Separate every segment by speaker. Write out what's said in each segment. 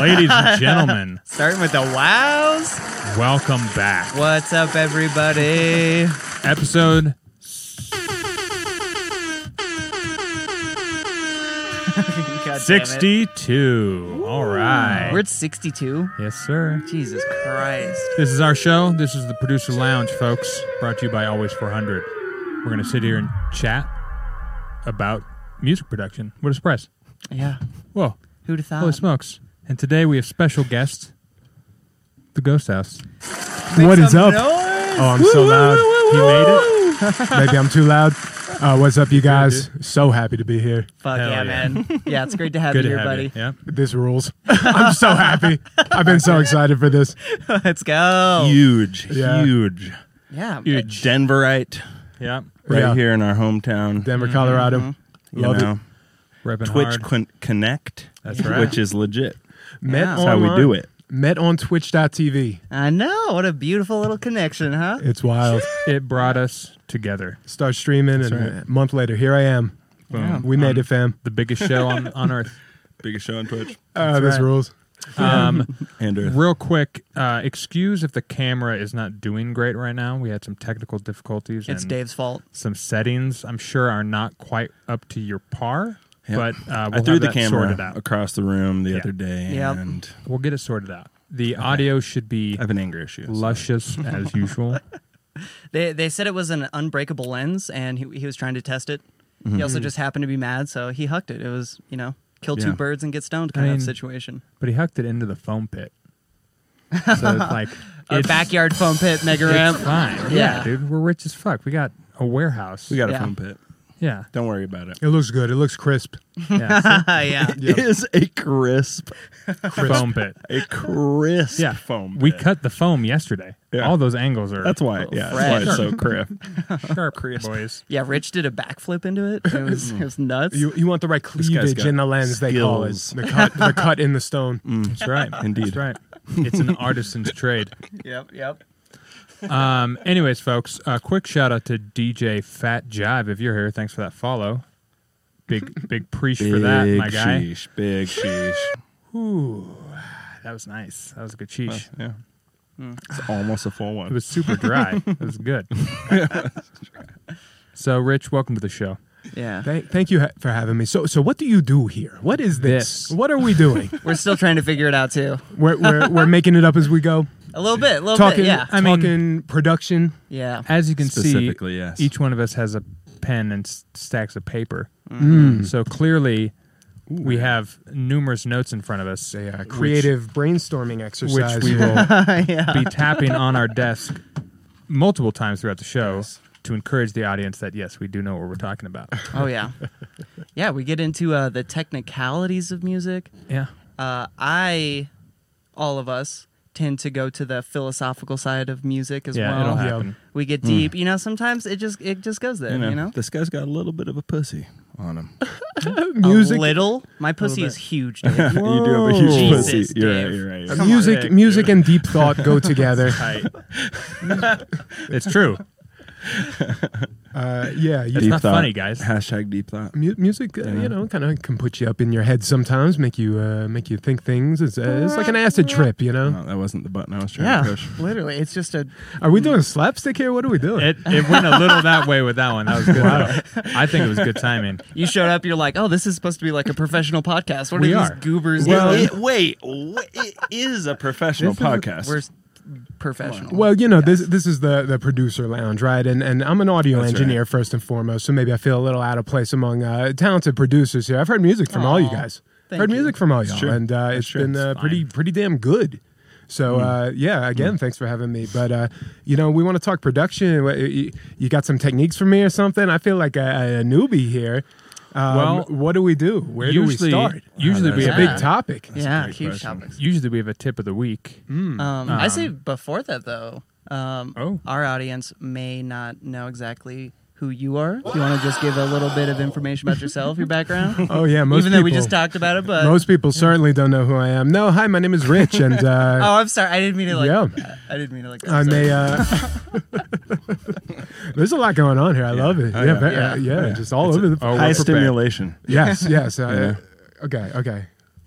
Speaker 1: Ladies and gentlemen,
Speaker 2: Starting with the wows.
Speaker 1: welcome back.
Speaker 2: What's up, everybody?
Speaker 1: Episode.
Speaker 2: God damn it.
Speaker 1: 62. All right.
Speaker 2: We're at 62.
Speaker 1: yes, sir.
Speaker 2: Jesus Christ.
Speaker 1: This is our show. This is the Producer Lounge, folks, brought to you by Always 400. We're going to sit here and chat about music production. What a surprise.
Speaker 2: Yeah.
Speaker 1: Whoa,
Speaker 2: Who'd have thought?
Speaker 1: holy smokes. And today we have special guest, the Ghost House.
Speaker 2: Make
Speaker 3: What is
Speaker 2: some
Speaker 3: up?
Speaker 2: noise.
Speaker 3: Oh, I'm so loud.
Speaker 1: woo,
Speaker 3: He made it. Maybe I'm too loud. Uh, what's up, you guys? So happy to be here.
Speaker 2: Fuck
Speaker 1: Hell
Speaker 2: yeah,
Speaker 1: yeah.
Speaker 2: man. Yeah, it's great to have
Speaker 1: Good
Speaker 2: you
Speaker 1: to
Speaker 2: here,
Speaker 1: have
Speaker 2: buddy.
Speaker 1: you. Yep.
Speaker 3: This rules. I'm so happy. I've been so excited for this.
Speaker 2: Let's go.
Speaker 4: Oh. huge,
Speaker 3: Yeah.
Speaker 4: huge,
Speaker 2: yeah.
Speaker 1: Huge.
Speaker 4: Denverite
Speaker 1: Yep.
Speaker 4: right
Speaker 3: Yeah.
Speaker 4: here in our hometown.
Speaker 3: Denver, Colorado.
Speaker 4: Mm-hmm, you
Speaker 3: Love
Speaker 4: know,
Speaker 3: it.
Speaker 1: Repping
Speaker 4: Twitch
Speaker 1: hard.
Speaker 4: con- Connect,
Speaker 1: That's right.
Speaker 4: which is legit.
Speaker 3: Met
Speaker 2: That's
Speaker 4: how we
Speaker 3: online-
Speaker 4: do it.
Speaker 3: Met on twitch.tv.
Speaker 2: I know. What a beautiful little connection, huh?
Speaker 3: It's wild.
Speaker 1: It brought us together.
Speaker 3: Start streaming, and
Speaker 4: right.
Speaker 3: a month later, here I am.
Speaker 1: Yeah.
Speaker 3: We made it, fam.
Speaker 1: The biggest show on, on earth.
Speaker 4: Biggest show on Twitch
Speaker 3: Uh, this
Speaker 1: right.
Speaker 3: rules.
Speaker 1: Um,
Speaker 4: and Earth.
Speaker 1: Real quick, uh, excuse if the camera is not doing great right now. We had some technical difficulties.
Speaker 2: It's
Speaker 1: and
Speaker 2: Dave's fault.
Speaker 1: Some settings I'm sure are not quite up to your par,
Speaker 4: Yep.
Speaker 1: but uh, we'll
Speaker 4: I threw
Speaker 1: have
Speaker 4: the
Speaker 1: that
Speaker 4: camera
Speaker 1: sorted out.
Speaker 4: across the room the
Speaker 1: Yeah.
Speaker 4: other day,
Speaker 2: Yep.
Speaker 4: and
Speaker 1: We'll get it sorted out. The audio should be
Speaker 4: I have an anger issue. so-
Speaker 1: luscious as usual.
Speaker 2: They they said it was an unbreakable lens, and he, he was trying to test it. He
Speaker 1: Mm-hmm.
Speaker 2: also just happened to be mad, so he hucked it. It was you know kill two
Speaker 4: Yeah.
Speaker 2: birds and get stoned kind of
Speaker 1: mean,
Speaker 2: situation.
Speaker 1: But he hucked it into the foam pit, so it's like
Speaker 2: A
Speaker 1: it's,
Speaker 2: backyard foam pit mega
Speaker 1: It's
Speaker 2: ramp.
Speaker 1: fine.
Speaker 2: Yeah.
Speaker 1: dude, we're rich as fuck. We got a warehouse.
Speaker 4: We got
Speaker 2: Yeah.
Speaker 4: a phone pit.
Speaker 1: yeah.
Speaker 4: Don't worry about it.
Speaker 3: It looks good. It looks crisp.
Speaker 1: yeah. so-
Speaker 2: yeah.
Speaker 4: It is a crisp,
Speaker 1: foam pit.
Speaker 4: a crisp
Speaker 1: Yeah,
Speaker 4: foam.
Speaker 1: We
Speaker 4: pit.
Speaker 1: cut the foam yesterday.
Speaker 4: Yeah.
Speaker 1: All those angles are
Speaker 4: That's why. Yeah, that's why it's so crisp.
Speaker 1: sharp, boys.
Speaker 2: Yeah, Rich did a backflip into it. It was, it was nuts.
Speaker 3: You, you want the right
Speaker 4: guy's
Speaker 3: cleavage
Speaker 4: got
Speaker 3: in the lens, they call it.
Speaker 4: skills. Mm.
Speaker 3: The cut, the cut in the stone.
Speaker 1: That's right.
Speaker 4: Indeed.
Speaker 1: That's right. It's an artisan's trade.
Speaker 2: yep, yep.
Speaker 1: Um, anyways, folks, a quick shout out to DJ Fat Jive if you're here. Thanks for that follow. Big big preach for that, my
Speaker 4: Big
Speaker 1: guy.
Speaker 4: sheesh, big sheesh.
Speaker 1: Ooh, that was nice. That was a good sheesh.
Speaker 4: Yeah, it's almost a full one.
Speaker 1: It was super dry. it was good. so, Rich, welcome to the show.
Speaker 2: Yeah.
Speaker 3: Thank, thank you ha- for having me. So, so what do you do here? What is this?
Speaker 1: This.
Speaker 3: What are we doing?
Speaker 2: We're still trying to figure it out too.
Speaker 3: we're, we're, we're making it up as we go.
Speaker 2: A little bit, a little
Speaker 3: Talking,
Speaker 2: bit. Yeah.
Speaker 1: I mean-
Speaker 3: talking production.
Speaker 2: Yeah.
Speaker 1: As you can see,
Speaker 4: Specifically, yes.
Speaker 1: each one of us has a pen and s- stacks of paper.
Speaker 4: Mm.
Speaker 1: So clearly, we have numerous notes in front of us,
Speaker 3: It's a uh,
Speaker 1: which-
Speaker 3: creative brainstorming
Speaker 1: which,
Speaker 3: exercise.
Speaker 1: we
Speaker 3: here.
Speaker 1: will
Speaker 2: yeah.
Speaker 1: be tapping on our desk multiple times throughout the show to encourage the audience that yes, we do know what we're talking about.
Speaker 2: Oh yeah. Yeah, we get into uh, the technicalities of music.
Speaker 1: Yeah,
Speaker 2: uh, I, all of us, tend to go to the philosophical side of music as
Speaker 1: yeah,
Speaker 2: well.
Speaker 1: it'll
Speaker 3: Yeah.
Speaker 1: happen.
Speaker 2: We get deep, you know. Sometimes it just it just goes there,
Speaker 4: you know,
Speaker 2: you know.
Speaker 4: this guy's got a little bit of a pussy on him.
Speaker 3: music,
Speaker 2: a little. My pussy is huge. Dude.
Speaker 4: you do have a huge
Speaker 2: Jesus,
Speaker 4: pussy. You're
Speaker 2: Dave.
Speaker 4: right. You're right.
Speaker 3: uh,
Speaker 4: You're right.
Speaker 3: music,
Speaker 1: Come on.
Speaker 3: music, and deep thought go together.
Speaker 1: Tight. it's true.
Speaker 3: Uh, yeah, you,
Speaker 1: It's
Speaker 4: Deep
Speaker 1: not
Speaker 4: thought.
Speaker 1: funny, guys.
Speaker 4: Hashtag deep thought.
Speaker 3: mu- music. Uh, You know, kind of can put you up in your head sometimes. Make you uh, make you think things. It's, uh, it's like an acid trip. You know.
Speaker 1: Uh-huh.
Speaker 4: No, that wasn't the button I was trying to
Speaker 2: yeah,
Speaker 4: push.
Speaker 2: literally, it's just a.
Speaker 3: Are we doing slapstick here? What are we doing?
Speaker 1: It, it went a little that way with that one. That was good. though. I think it was good timing.
Speaker 2: You showed up, you're like, oh, this is supposed to be like a professional podcast. What
Speaker 1: We
Speaker 2: are these
Speaker 1: are.
Speaker 2: goobers?
Speaker 4: Well,
Speaker 2: doing?
Speaker 4: it, wait, wha- it is a professional
Speaker 3: This is a-
Speaker 4: podcast.
Speaker 2: we're s- professional.
Speaker 3: Well, you know, this this is the the producer lounge, right? And and I'm an audio
Speaker 4: That's
Speaker 3: engineer
Speaker 4: right.
Speaker 3: first and foremost, so maybe I feel a little out of place among uh, talented producers here. I've heard music from all you
Speaker 2: Aw,
Speaker 3: guys.
Speaker 2: thank
Speaker 3: heard
Speaker 2: you.
Speaker 3: music from all y'all,
Speaker 4: true.
Speaker 3: and uh,
Speaker 4: That's
Speaker 3: it's
Speaker 4: true.
Speaker 3: been
Speaker 4: It's
Speaker 3: uh, pretty
Speaker 1: fine.
Speaker 3: pretty damn good. So uh, yeah, again, thanks for having me. But uh, you know, we want to talk production. What- You you got some techniques for me or something? I feel like a, a newbie here. Um,
Speaker 1: Well,
Speaker 3: what do we do? Where do we
Speaker 1: usually,
Speaker 3: start?
Speaker 1: usually
Speaker 4: Wow,
Speaker 1: we
Speaker 3: It's
Speaker 1: have
Speaker 3: a
Speaker 2: that's-
Speaker 3: big topic.
Speaker 2: yeah,
Speaker 4: great
Speaker 2: huge
Speaker 4: question.
Speaker 2: topics.
Speaker 1: Usually we have a tip of the week.
Speaker 2: Um, I say before that though, um,
Speaker 1: Oh.
Speaker 2: our audience may not know exactly who you are. If you want to just give a little bit of information about yourself, your background,
Speaker 3: Oh yeah, most
Speaker 2: even though we
Speaker 3: people-
Speaker 2: just talked about it, but
Speaker 3: Most people certainly don't know who I am. No, hi, my name is Rich, and
Speaker 2: oh,
Speaker 3: uh,
Speaker 2: I'm sorry, I didn't mean to like.
Speaker 3: Yeah.
Speaker 2: that. I didn't mean to like. That.
Speaker 3: I'm a. Uh, there's a lot going on here. I love it.
Speaker 4: Oh,
Speaker 3: yeah,
Speaker 4: yeah.
Speaker 3: ve- uh, yeah,
Speaker 2: Yeah.
Speaker 3: just all over the.
Speaker 1: oh,
Speaker 3: place.
Speaker 1: we're
Speaker 4: High
Speaker 1: prepared.
Speaker 4: stimulation.
Speaker 3: yes, yes. Uh, Okay, okay.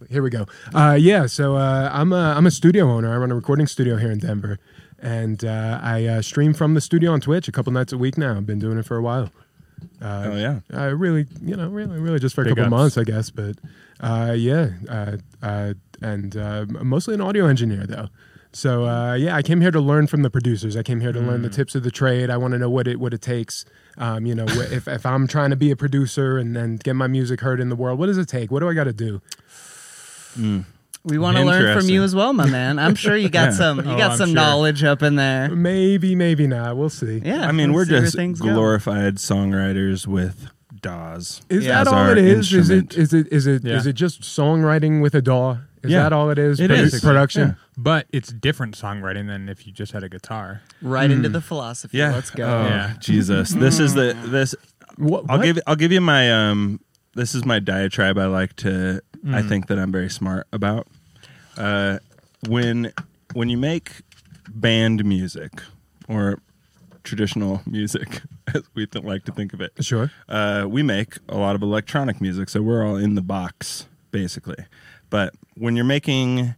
Speaker 3: Here we go. Uh, yeah, so uh, I'm a, I'm a studio owner. I run a recording studio here in Denver, and uh, I uh, stream from the studio on Twitch a couple nights a week now. I've been doing it for a while. Uh,
Speaker 4: Oh yeah.
Speaker 3: I really, you know, really, really just for a
Speaker 1: Big
Speaker 3: couple
Speaker 1: ups.
Speaker 3: months, I guess. But uh, yeah, uh, uh, and uh, mostly an audio engineer though. So uh, yeah, I came here to learn from the producers. I came here to
Speaker 4: Mm.
Speaker 3: learn the tips of the trade. I want to know what it what it takes. Um, you know, wh- if if I'm trying to be a producer and then get my music heard in the world, what does it take? What do I got to do?
Speaker 2: We want to learn from
Speaker 4: Interesting.
Speaker 2: you as well, my man. I'm sure you got
Speaker 4: Yeah.
Speaker 2: some you
Speaker 1: Oh,
Speaker 2: got
Speaker 1: I'm
Speaker 2: some
Speaker 1: sure.
Speaker 2: knowledge up in there.
Speaker 3: Maybe, maybe not. We'll see.
Speaker 2: Yeah.
Speaker 4: I mean,
Speaker 2: let's
Speaker 4: we're
Speaker 2: see where
Speaker 4: just
Speaker 2: things go.
Speaker 4: glorified songwriters with DAWs.
Speaker 3: Is
Speaker 2: Yeah.
Speaker 3: that
Speaker 4: as
Speaker 3: all
Speaker 4: our
Speaker 3: it is? Is
Speaker 4: instrument.
Speaker 3: it is it is it is
Speaker 1: Yeah.
Speaker 3: it just songwriting with a DAW? Is
Speaker 4: Yeah.
Speaker 3: that all it is?
Speaker 4: It
Speaker 3: Produ-
Speaker 4: is.
Speaker 3: production.
Speaker 4: Yeah.
Speaker 1: But it's different songwriting than if you just had a guitar.
Speaker 2: right into the philosophy.
Speaker 4: Yeah.
Speaker 2: Let's go.
Speaker 4: Oh,
Speaker 1: Yeah.
Speaker 4: Jesus. This is the this
Speaker 3: What,
Speaker 4: I'll
Speaker 3: what?
Speaker 4: give I'll give you my um this is my diatribe I like to I think that I'm very smart about. Uh when when you make band music or traditional music as we th- like to think of it.
Speaker 3: sure.
Speaker 4: Uh, we make a lot of electronic music, so we're all in the box basically. But when you're making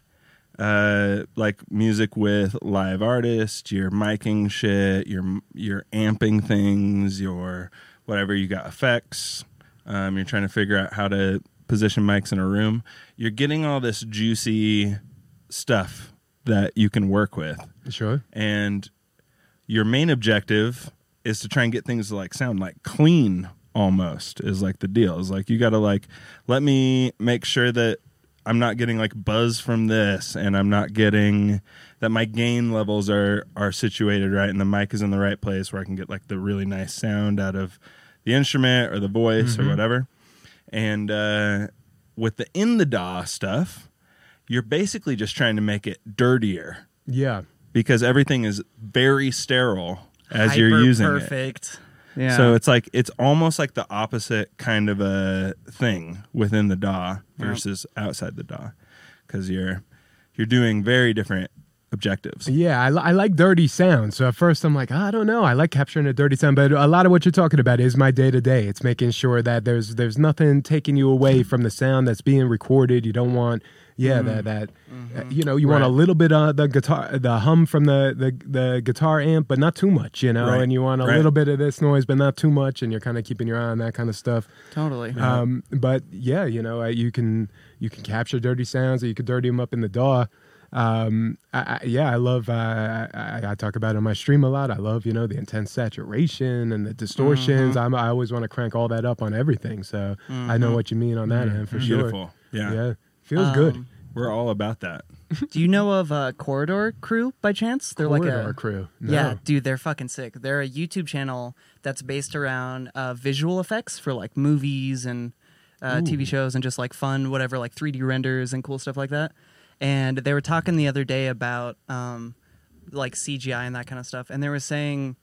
Speaker 4: uh, like music with live artists, you're miking shit, you're you're amping things, you're whatever you got effects. Um, you're trying to figure out how to position mics in a room. You're getting all this juicy stuff that you can work with
Speaker 3: Sure.
Speaker 4: and your main objective is to try and get things to like sound like clean almost is like the deal is like you gotta like let me make sure that i'm not getting like buzz from this and i'm not getting that my gain levels are are situated right and the mic is in the right place where i can get like the really nice sound out of the instrument or the voice or whatever and uh with the in the daw stuff you're basically just trying to make it dirtier
Speaker 3: Yeah.
Speaker 4: because everything is very sterile as you're using it.
Speaker 2: perfect. Yeah.
Speaker 4: So it's like it's almost like the opposite kind of a thing within the DAW versus outside the DAW cuz you're you're doing very different objectives.
Speaker 3: Yeah, I, li- I like dirty sound. So at first I'm like, "Ah, I don't know. I like capturing a dirty sound, but a lot of what you're talking about is my day to day. It's making sure that there's there's nothing taking you
Speaker 4: Mm-hmm.
Speaker 3: away from the sound that's being recorded. You don't want, yeah, that that uh,
Speaker 4: Mm-hmm.
Speaker 3: you know you want a
Speaker 1: Right.
Speaker 3: little bit of the guitar, the hum from the the, the guitar amp, but not too much. You know,
Speaker 4: Right.
Speaker 3: and you want a
Speaker 4: Right.
Speaker 3: little bit of this noise, but not too much. And you're kind of keeping your eye on that kind of stuff.
Speaker 2: totally.
Speaker 4: Uh-huh.
Speaker 3: Um, but yeah, you know, uh, you can you can capture dirty sounds, or you could dirty them up in the DAW. Um, I, I, yeah, I love. Uh, I, I, I talk about it on my stream a lot. I love, you know, the intense saturation and the distortions.
Speaker 4: Mm-hmm.
Speaker 3: I'm, I always want to crank all that up on everything. So I know what you mean on that end for
Speaker 4: Mm-hmm. Beautiful.
Speaker 3: sure.
Speaker 4: Yeah.
Speaker 3: Yeah, feels good.
Speaker 2: Um,
Speaker 4: We're all about that.
Speaker 2: Do you know of uh, Corridor Crew by chance? They're like
Speaker 3: Corridor
Speaker 2: a
Speaker 3: crew.
Speaker 2: Yeah,
Speaker 3: No.
Speaker 2: dude, they're fucking sick. They're a YouTube channel that's based around uh, visual effects for like movies and uh, TV shows and just like fun, whatever, like 3D renders and cool stuff like that. And they were talking the other day about um, like CGI and that kind of stuff. And they were saying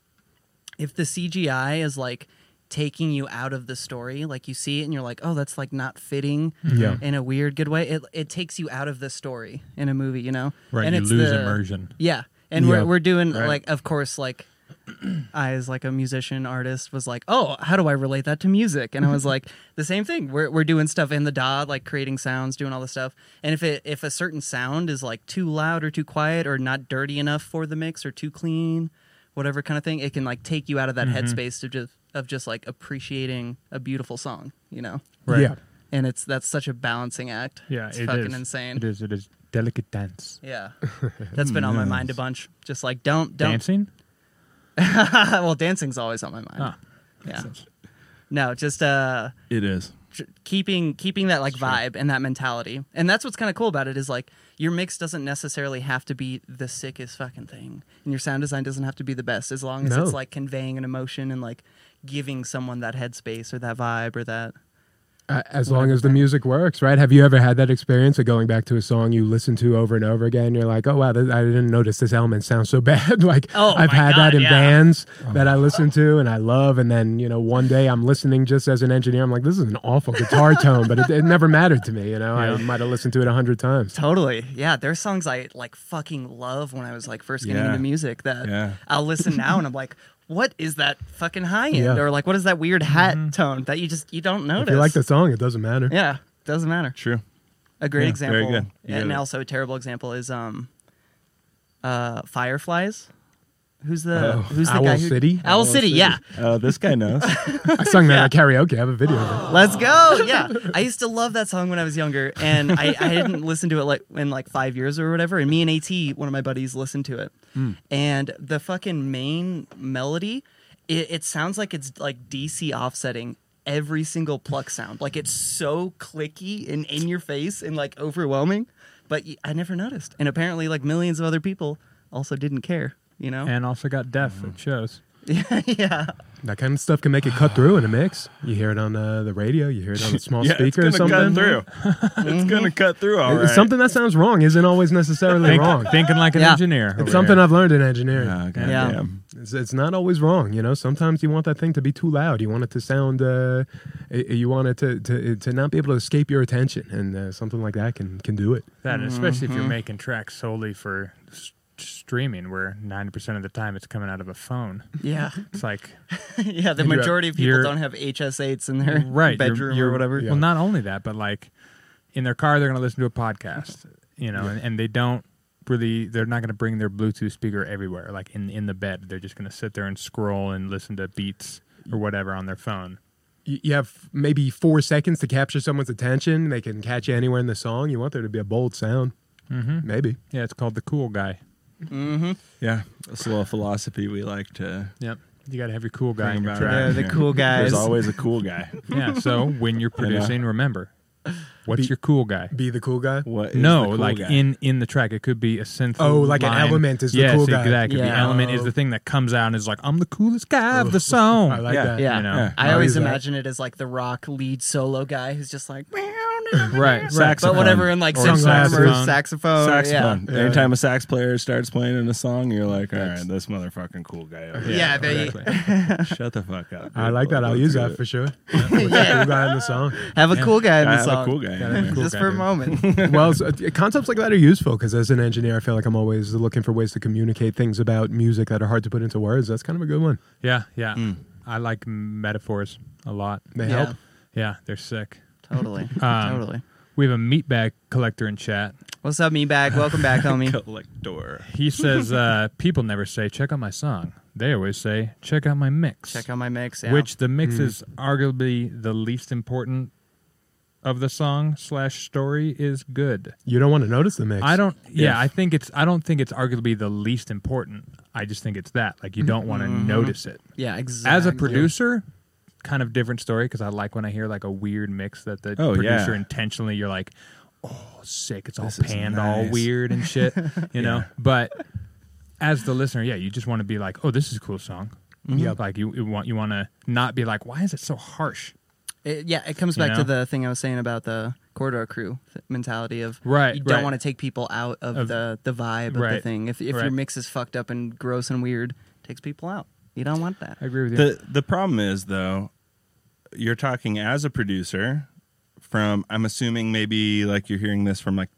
Speaker 2: if the CGI is like taking you out of the story, like you see it and you're like, oh, that's like not fitting
Speaker 1: Mm-hmm.
Speaker 3: Yeah.
Speaker 2: in a weird good way, it, it takes you out of the story in a movie, you know?
Speaker 1: Right,
Speaker 2: And
Speaker 1: you
Speaker 2: it's
Speaker 1: lose
Speaker 2: the-
Speaker 1: immersion.
Speaker 2: yeah, and
Speaker 3: Yeah.
Speaker 2: we're we're doing
Speaker 4: Right.
Speaker 2: like, of course, like I as like a musician artist was like, oh, how do I relate that to music? And I was like, the same thing. We're we're doing stuff in the DAW, like creating sounds, doing all this stuff. And if it if a certain sound is like too loud or too quiet or not dirty enough for the mix or too clean, whatever kind of thing, it can like take you out of
Speaker 1: Mm-hmm.
Speaker 2: that headspace to just of just like appreciating a beautiful song, you know.
Speaker 1: Right.
Speaker 3: Yeah.
Speaker 2: And it's that's such a balancing act.
Speaker 1: Yeah,
Speaker 2: it's
Speaker 1: it
Speaker 2: fucking
Speaker 1: is.
Speaker 2: insane.
Speaker 1: It is. It is delicate dance.
Speaker 2: Yeah, that's been on my mind a bunch. Just like don't don't.
Speaker 1: Dancing.
Speaker 2: well, dancing's always on my mind.
Speaker 1: Ah,
Speaker 2: yeah. No, just uh,
Speaker 4: It is.
Speaker 2: tr- keeping keeping that like vibe and that mentality, and that's what's kind of cool about it is like your mix doesn't necessarily have to be the sickest fucking thing, and your sound design doesn't have to be the best as long as
Speaker 3: No.
Speaker 2: it's like conveying an emotion and like giving someone that headspace or that vibe or that.
Speaker 3: Uh, as long as the music works, right? Have you ever had that experience of going back to a song you listen to over and over again? You're like, oh wow, this, I didn't notice this element sounds so bad. like
Speaker 2: Oh,
Speaker 3: I've
Speaker 2: my
Speaker 3: had that
Speaker 2: God,
Speaker 3: in
Speaker 2: yeah.
Speaker 3: bands
Speaker 4: Oh.
Speaker 3: that I listen to and I love, and then you know one day I'm listening just as an engineer, I'm like, this is an awful guitar tone, but it, it never mattered to me. You know, I
Speaker 1: Yeah.
Speaker 3: might have listened to it a hundred times.
Speaker 2: Totally. Yeah, there's songs I like fucking love when I was like first getting
Speaker 4: Yeah.
Speaker 2: into music that
Speaker 4: Yeah.
Speaker 2: I'll listen now and I'm like, what is that fucking high end?
Speaker 3: Yeah.
Speaker 2: Or like what is that weird hat tone that you just you don't notice?
Speaker 3: If you like the song, it doesn't matter.
Speaker 2: Yeah. Doesn't matter.
Speaker 4: True.
Speaker 2: A great
Speaker 1: Yeah,
Speaker 4: very
Speaker 2: example,
Speaker 4: good. You
Speaker 2: and
Speaker 4: got it.
Speaker 2: also a terrible example, is um, uh, Fireflies. Who's the
Speaker 3: Oh,
Speaker 2: who's the
Speaker 3: Owl
Speaker 2: guy who,
Speaker 3: City?
Speaker 2: Owl,
Speaker 3: Owl
Speaker 2: City,
Speaker 3: City.
Speaker 2: yeah.
Speaker 4: Uh, this guy knows.
Speaker 3: I sung that at karaoke. I have a video of it.
Speaker 2: Let's go. Yeah. I used to love that song when I was younger and I, I hadn't listened to it like in like five years or whatever. And me and AT, one of my buddies, listened to it.
Speaker 1: Hmm.
Speaker 2: And the fucking main melody, it, it sounds like it's like DC offsetting every single pluck sound. Like it's so clicky and in your face and like overwhelming. But y- I never noticed. And apparently, like millions of other people also didn't care, you know?
Speaker 1: and also got deaf at shows.
Speaker 2: yeah.
Speaker 3: That kind of stuff can make it cut through in a mix. You hear it on uh, the radio. You hear it on a small
Speaker 4: yeah, it's
Speaker 3: speaker or
Speaker 4: gonna cut
Speaker 3: something.
Speaker 4: through. it's gonna cut through. All
Speaker 3: It-
Speaker 4: right.
Speaker 3: Something that sounds wrong isn't always necessarily
Speaker 1: Think-
Speaker 3: wrong.
Speaker 1: Thinking like an
Speaker 2: Yeah.
Speaker 1: engineer. over
Speaker 3: It's something
Speaker 1: here.
Speaker 3: I've learned in engineering.
Speaker 4: Oh, God
Speaker 2: Yeah.
Speaker 4: damn.
Speaker 3: It's, it's not always wrong, you know. Sometimes you want that thing to be too loud. You want it to sound. Uh, y- you want it to, to to not be able to escape your attention, and uh, something like that can can do it.
Speaker 1: that, especially if you're
Speaker 2: Mm-hmm.
Speaker 1: making tracks solely for s- streaming, where ninety percent of the time it's coming out of a phone.
Speaker 2: Yeah.
Speaker 1: It's like
Speaker 2: yeah. The
Speaker 3: you're-
Speaker 2: majority of people
Speaker 1: you're-
Speaker 2: don't have HS8s in their
Speaker 1: right you're-
Speaker 2: bedroom
Speaker 1: you're-
Speaker 2: or whatever.
Speaker 3: Yeah.
Speaker 1: Well, not only that, but like in their car, they're going to listen to a podcast, you know, and, and they don't really they're not going to bring their Bluetooth speaker everywhere. Like in in the bed, they're just going to sit there and scroll and listen to beats or whatever on their phone.
Speaker 3: You, you have maybe four seconds to capture someone's attention. They can catch you anywhere in the song. You want there to be a bold sound,
Speaker 1: Mm-hmm.
Speaker 3: maybe.
Speaker 1: Yeah, it's called the cool guy.
Speaker 2: Mm-hmm.
Speaker 4: Yeah, that's a little philosophy we like to
Speaker 1: Yep, you got to have your cool guy in
Speaker 4: think
Speaker 1: your
Speaker 4: about.
Speaker 1: track.
Speaker 2: Yeah, the cool guys.
Speaker 4: There's always a cool guy.
Speaker 1: Yeah, so when you're producing, remember what's
Speaker 3: uh, Be-
Speaker 1: your cool guy.
Speaker 3: Be the cool guy.
Speaker 4: What? Is
Speaker 1: No,
Speaker 4: the cool
Speaker 1: like
Speaker 4: guy?
Speaker 1: in in the track, it could be a synth.
Speaker 3: Oh, like an
Speaker 1: line.
Speaker 3: element is the
Speaker 1: yes,
Speaker 3: cool guy.
Speaker 1: exactly. The
Speaker 2: Yeah.
Speaker 1: element is the thing that comes out and is like, I'm the coolest guy of the song.
Speaker 3: I like
Speaker 4: Yeah.
Speaker 3: that.
Speaker 2: Yeah.
Speaker 1: You know?
Speaker 4: Yeah.
Speaker 2: I
Speaker 3: How
Speaker 2: always
Speaker 3: is that?
Speaker 2: imagine it as like the rock lead solo guy who's just like,
Speaker 1: Right, right.
Speaker 2: but
Speaker 4: Saxophone.
Speaker 2: whatever in like
Speaker 1: Or
Speaker 2: saxophone,
Speaker 1: saxophone.
Speaker 2: or saxophone,
Speaker 4: saxophone.
Speaker 3: Oh, Yeah.
Speaker 4: Anytime a sax player starts playing in a song, you're like, all right, this motherfucking cool guy. over here."
Speaker 2: Yeah, they-
Speaker 4: Shut the fuck up.
Speaker 3: I like that. I'll
Speaker 4: Let's
Speaker 3: use
Speaker 4: do
Speaker 3: that
Speaker 4: it.
Speaker 3: for sure.
Speaker 2: Yeah.
Speaker 3: Cool
Speaker 2: yeah.
Speaker 3: guy in the song.
Speaker 2: Have a cool guy in
Speaker 4: I
Speaker 2: the
Speaker 4: have
Speaker 2: song,
Speaker 4: a cool guy.
Speaker 1: Gotta
Speaker 4: in
Speaker 1: be
Speaker 4: there.
Speaker 1: cool.
Speaker 2: just
Speaker 1: guy,
Speaker 2: for a
Speaker 1: dude.
Speaker 2: moment.
Speaker 3: well, so, uh, concepts like that are useful because as an engineer, I feel like I'm always looking for ways to communicate things about music that are hard to put into words. That's kind of a good one.
Speaker 1: Yeah, yeah.
Speaker 3: Hmm.
Speaker 1: I like metaphors a lot.
Speaker 3: They
Speaker 2: Yeah.
Speaker 3: help.
Speaker 1: Yeah, they're sick.
Speaker 2: Totally,
Speaker 1: Um,
Speaker 2: totally.
Speaker 1: We have a meatbag collector in chat.
Speaker 2: What's up, me bag? Welcome back, homie.
Speaker 4: Collector.
Speaker 1: He says uh, people never say check out my song. They always say check out my mix.
Speaker 2: Check out my mix. Yeah.
Speaker 1: Which Hmm. the mix is arguably the least important of the song slash story is good.
Speaker 3: You don't want to notice the mix.
Speaker 1: I don't. Yeah,
Speaker 4: Yeah.
Speaker 1: I think it's. I don't think it's arguably the least important. I just think it's that. Like you don't want to notice it.
Speaker 2: yeah, exactly.
Speaker 1: As a producer, kind of different story because I like when I hear like a weird mix that the
Speaker 4: Oh, yeah.
Speaker 1: producer intentionally. You're like, oh, sick. It's all
Speaker 4: This is
Speaker 1: panned, all
Speaker 4: nice."
Speaker 1: weird and shit. You know, but. As the listener, yeah, you just want to be like, "Oh, this is a cool song."
Speaker 4: Mm-hmm.
Speaker 1: Yeah, like you, you want you want to not be like, "Why is it so harsh?"
Speaker 2: It- yeah, it comes
Speaker 1: You
Speaker 2: back to
Speaker 1: know?
Speaker 2: the thing I was saying about the corridor crew th- mentality of
Speaker 1: Right,
Speaker 2: You don't
Speaker 1: right.
Speaker 2: want to take people out of,
Speaker 1: Of-
Speaker 2: the the vibe of the
Speaker 1: Right,
Speaker 2: thing. If if your
Speaker 1: right.
Speaker 2: mix is fucked up and gross and weird, it takes people out. You don't want that.
Speaker 1: I agree with you.
Speaker 4: The the problem is though, you're talking as a producer from I'm assuming maybe like you're hearing this from like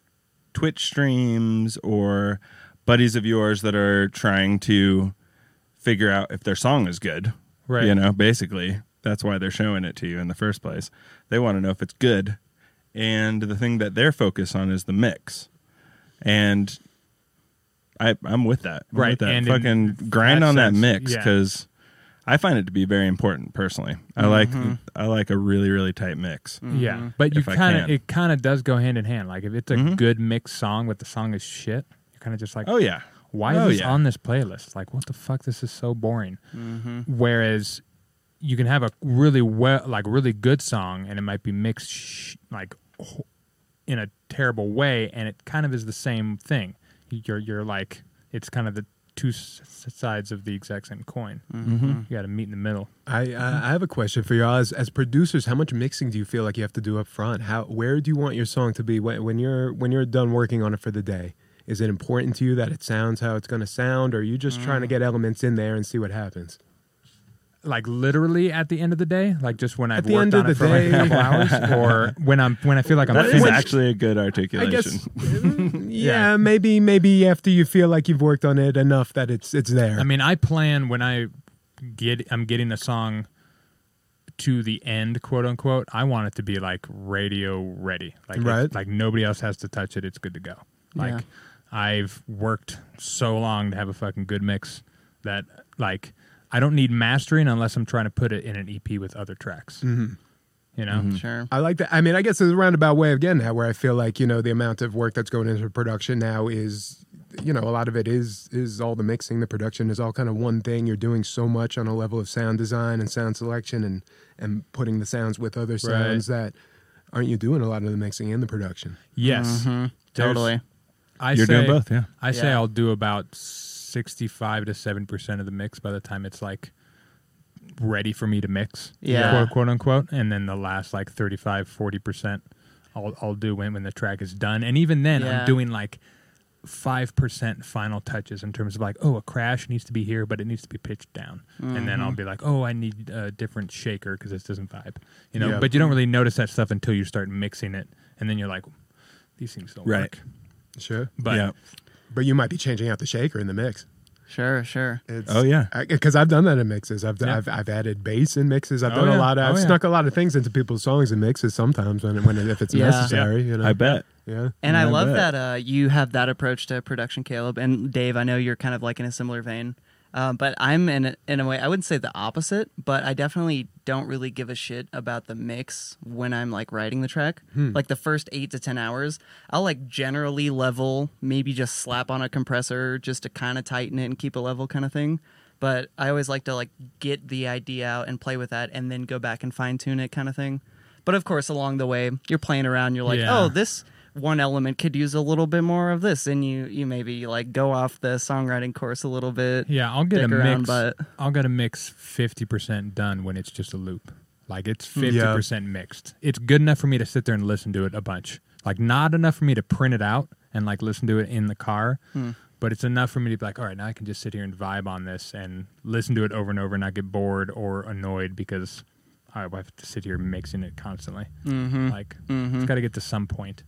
Speaker 4: Twitch streams or buddies of yours that are trying to figure out if their song is good.
Speaker 1: Right.
Speaker 4: You know, basically. That's why they're showing it to you in the first place. They want to know if it's good. And the thing that they're focused on is the mix. And I, I'm with that. I'm
Speaker 1: Right,
Speaker 4: with that.
Speaker 1: and in
Speaker 4: Fucking grind
Speaker 1: that
Speaker 4: on
Speaker 1: sense,
Speaker 4: that mix
Speaker 1: yeah.
Speaker 4: because I find it to be very important personally. I like I like a really really tight mix.
Speaker 1: Yeah, but you
Speaker 4: If I
Speaker 1: kind of
Speaker 4: can. Mm-hmm.
Speaker 1: it kind of does go hand in hand. Like if it's a good mixed song, but the song is shit, you're kind of just like,
Speaker 4: Oh yeah,
Speaker 1: why
Speaker 4: oh,
Speaker 1: is this
Speaker 4: yeah.
Speaker 1: on this playlist? Like, what the fuck? This is so boring.
Speaker 2: Mm-hmm.
Speaker 1: Whereas you can have a really well, like really good song, and it might be mixed sh- like ho- in a terrible way, and it kind of is the same thing. You're you're like it's kind of the two s- s- sides of the exact same coin.
Speaker 3: Mm-hmm.
Speaker 1: You got to meet in the middle.
Speaker 3: I, I I have a question for y'all. As, as producers, how much mixing do you feel like you have to do up front? How where do you want your song to be when, when you're when you're done working on it for the day? Is it important to you that it sounds how it's going to sound, or are you just trying to get elements in there and see what happens?
Speaker 1: like literally at the end of the day, like just when I've
Speaker 3: the
Speaker 1: worked
Speaker 3: end
Speaker 1: on
Speaker 3: of
Speaker 1: it
Speaker 3: the
Speaker 1: for
Speaker 3: day.
Speaker 1: like a couple hours, or when I'm when I feel like I'm
Speaker 4: that is
Speaker 1: finished.
Speaker 4: actually a good
Speaker 3: I
Speaker 4: articulation.
Speaker 3: guess,
Speaker 1: Yeah.
Speaker 3: yeah, maybe maybe after you feel like you've worked on it enough that it's it's there.
Speaker 1: I mean, I plan when I get I'm getting a song to the end, quote unquote, I want it to be like radio ready. Like
Speaker 3: Right.
Speaker 1: it's- like nobody else has to touch it. It's good to go. Like
Speaker 2: Yeah.
Speaker 1: I've worked so long to have a fucking good mix that like I don't need mastering unless I'm trying to put it in an EP with other tracks. Mm-hmm. Uh, You know?
Speaker 2: Sure.
Speaker 3: I like that. I mean, I guess it's a roundabout way of getting that, where I feel like you know the amount of work that's going into production now is, you know, a lot of it is is all the mixing, the production is all kind of one thing. You're doing so much on a level of sound design and sound selection, and and putting the sounds with other sounds that aren't you doing a lot of the mixing and the production?
Speaker 1: Yes. mm-hmm. There's-
Speaker 2: Mm-hmm. Totally.
Speaker 1: I
Speaker 4: You're
Speaker 1: say,
Speaker 4: doing both, yeah.
Speaker 1: I say
Speaker 2: Yeah.
Speaker 1: I'll do about sixty-five to seven percent of the mix by the time it's like ready for me to mix,
Speaker 2: Yeah.
Speaker 1: quote, quote unquote, and then the last like 35 40 percent I'll I'll do when when the track is done, and even then
Speaker 2: Yeah.
Speaker 1: I'm doing like five percent final touches in terms of like oh a crash needs to be here but it needs to be pitched down and then
Speaker 2: Mm-hmm.
Speaker 1: i'll be like oh i need a different shaker because this doesn't vibe you know
Speaker 3: Yeah.
Speaker 1: but you don't really notice that stuff until you start mixing it and then you're like these things don't
Speaker 4: Right.
Speaker 1: work
Speaker 3: Sure,
Speaker 1: but
Speaker 4: yeah.
Speaker 3: but you might be changing out the shaker in the mix.
Speaker 2: Sure. Sure.
Speaker 3: It's,
Speaker 4: Oh, yeah.
Speaker 3: because I've done that in mixes. I've
Speaker 1: Yeah.
Speaker 3: I've, I've added bass in mixes. I've
Speaker 1: Oh,
Speaker 3: done
Speaker 1: yeah.
Speaker 3: a lot. Of, I've
Speaker 1: Oh, yeah.
Speaker 3: snuck a lot of things into people's songs and mixes sometimes when when if it's
Speaker 2: Yeah.
Speaker 3: necessary. You know,
Speaker 4: I bet.
Speaker 3: Yeah.
Speaker 2: And I,
Speaker 4: I
Speaker 2: love
Speaker 4: bet.
Speaker 2: that uh, you have that approach to production, Caleb and Dave. I know you're kind of like in a similar vein, um, but I'm in a, in a way I wouldn't say the opposite, but I definitely don't really give a shit about the mix when I'm like writing the track. Like the first eight to ten hours, I'll like generally level, maybe just slap on a compressor just to kind of tighten it and keep it level, kind of thing. But I always like to like get the idea out and play with that, and then go back and fine tune it, kind of thing. But of course, along the way, you're playing around. You're like,
Speaker 1: Yeah.
Speaker 2: oh, this one element could use a little bit more of this and you you maybe like go off the songwriting course a little bit
Speaker 1: Yeah, I'll get a
Speaker 2: dick
Speaker 1: mix.
Speaker 2: around, but-
Speaker 1: I'll get a mix fifty percent done when it's just a loop. Like it's
Speaker 2: Mm.
Speaker 1: fifty
Speaker 3: Yeah.
Speaker 1: percent mixed. It's good enough for me to sit there and listen to it a bunch. Like not enough for me to print it out and like listen to it in the car.
Speaker 2: Hmm.
Speaker 1: But it's enough for me to be like, all right, now I can just sit here and vibe on this and listen to it over and over and not get bored or annoyed because I have to sit here mixing it constantly.
Speaker 2: Hmm.
Speaker 1: Like it's got to get to some point.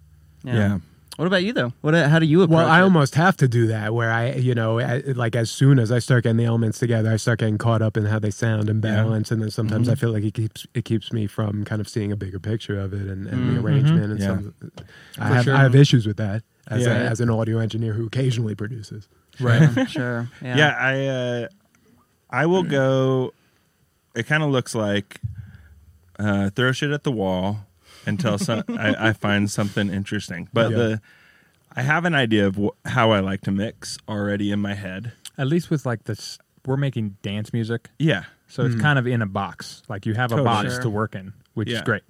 Speaker 2: yeah. what about you though what how do you approach
Speaker 3: Well, I
Speaker 2: it?
Speaker 3: almost have to do that where I, you know, I, like as soon as I start getting the elements together, I start getting caught up in how they sound and
Speaker 4: Yeah.
Speaker 3: balance, and then sometimes I feel like it keeps it keeps me from kind of seeing a bigger picture of it and, and the arrangement. And
Speaker 4: Yeah.
Speaker 3: some, I
Speaker 1: For
Speaker 3: have
Speaker 1: sure.
Speaker 3: I have issues with that as
Speaker 4: Yeah.
Speaker 3: a, as an audio engineer who occasionally produces.
Speaker 1: Right.
Speaker 2: sure yeah,
Speaker 4: yeah. I uh, I will go. It kind of looks like uh, throw shit at the wall until some, I, I find something interesting. But
Speaker 3: Yeah.
Speaker 4: the I have an idea of wh- how I like to mix already in my head.
Speaker 1: At least with like this, we're making dance music.
Speaker 4: Yeah,
Speaker 1: So it's kind of in a box. Like you have
Speaker 4: Totally.
Speaker 1: a box
Speaker 2: Hmm. Sure.
Speaker 1: to work in, which is
Speaker 4: Yeah.
Speaker 1: great.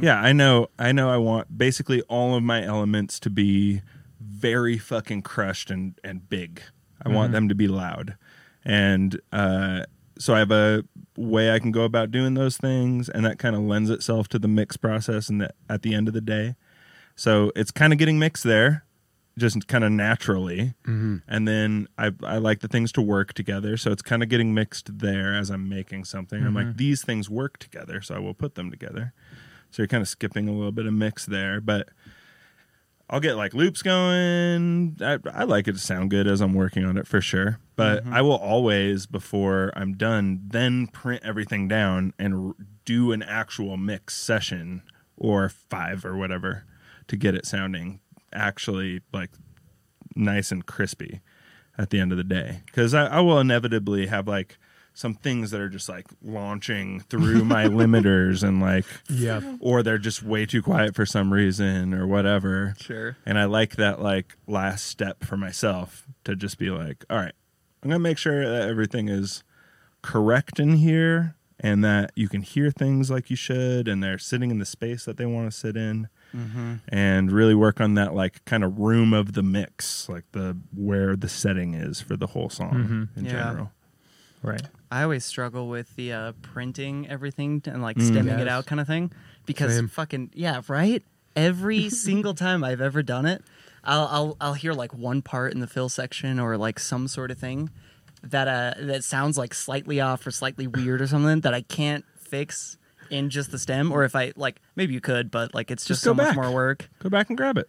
Speaker 4: yeah. I know. I know. I want basically all of my elements to be very fucking crushed and and big. I want them to be loud, and uh, so I have a way I can go about doing those things, and that kind of lends itself to the mix process. And the, at the end of the day, so it's kind of getting mixed there, just kind of naturally. And then I I like the things to work together, so it's kind of getting mixed there as I'm making something. I'm like these things work together, so I will put them together. So you're kind of skipping a little bit of mix there, but I'll get like loops going. I, I like it to sound good as I'm working on it for sure. But I will always, before I'm done, then print everything down and r- do an actual mix session or five or whatever to get it sounding actually like nice and crispy at the end of the day. Because I, I will inevitably have like some things that are just like launching through my limiters and like
Speaker 3: Yeah.
Speaker 4: or they're just way too quiet for some reason or whatever.
Speaker 2: Sure.
Speaker 4: And I like that like last step for myself to just be like, all right, I'm gonna make sure that everything is correct in here and that you can hear things like you should and they're sitting in the space that they want to sit in.
Speaker 2: Mm-hmm.
Speaker 4: And really work on that, like, kind of room of the mix, like the where the setting is for the whole song in
Speaker 2: Yeah.
Speaker 4: general.
Speaker 1: Right.
Speaker 2: I always struggle with the uh, printing everything and like stemming it
Speaker 3: Yes.
Speaker 2: out kind of thing because
Speaker 3: Same.
Speaker 2: fucking yeah, right? Every single time I've ever done it, I'll, I'll I'll hear like one part in the fill section or like some sort of thing that uh that sounds like slightly off or slightly weird or something that I can't fix in just the stem or if I like maybe you could but like it's just,
Speaker 4: go
Speaker 2: so much
Speaker 4: back.
Speaker 2: more work.
Speaker 4: Go back and grab it.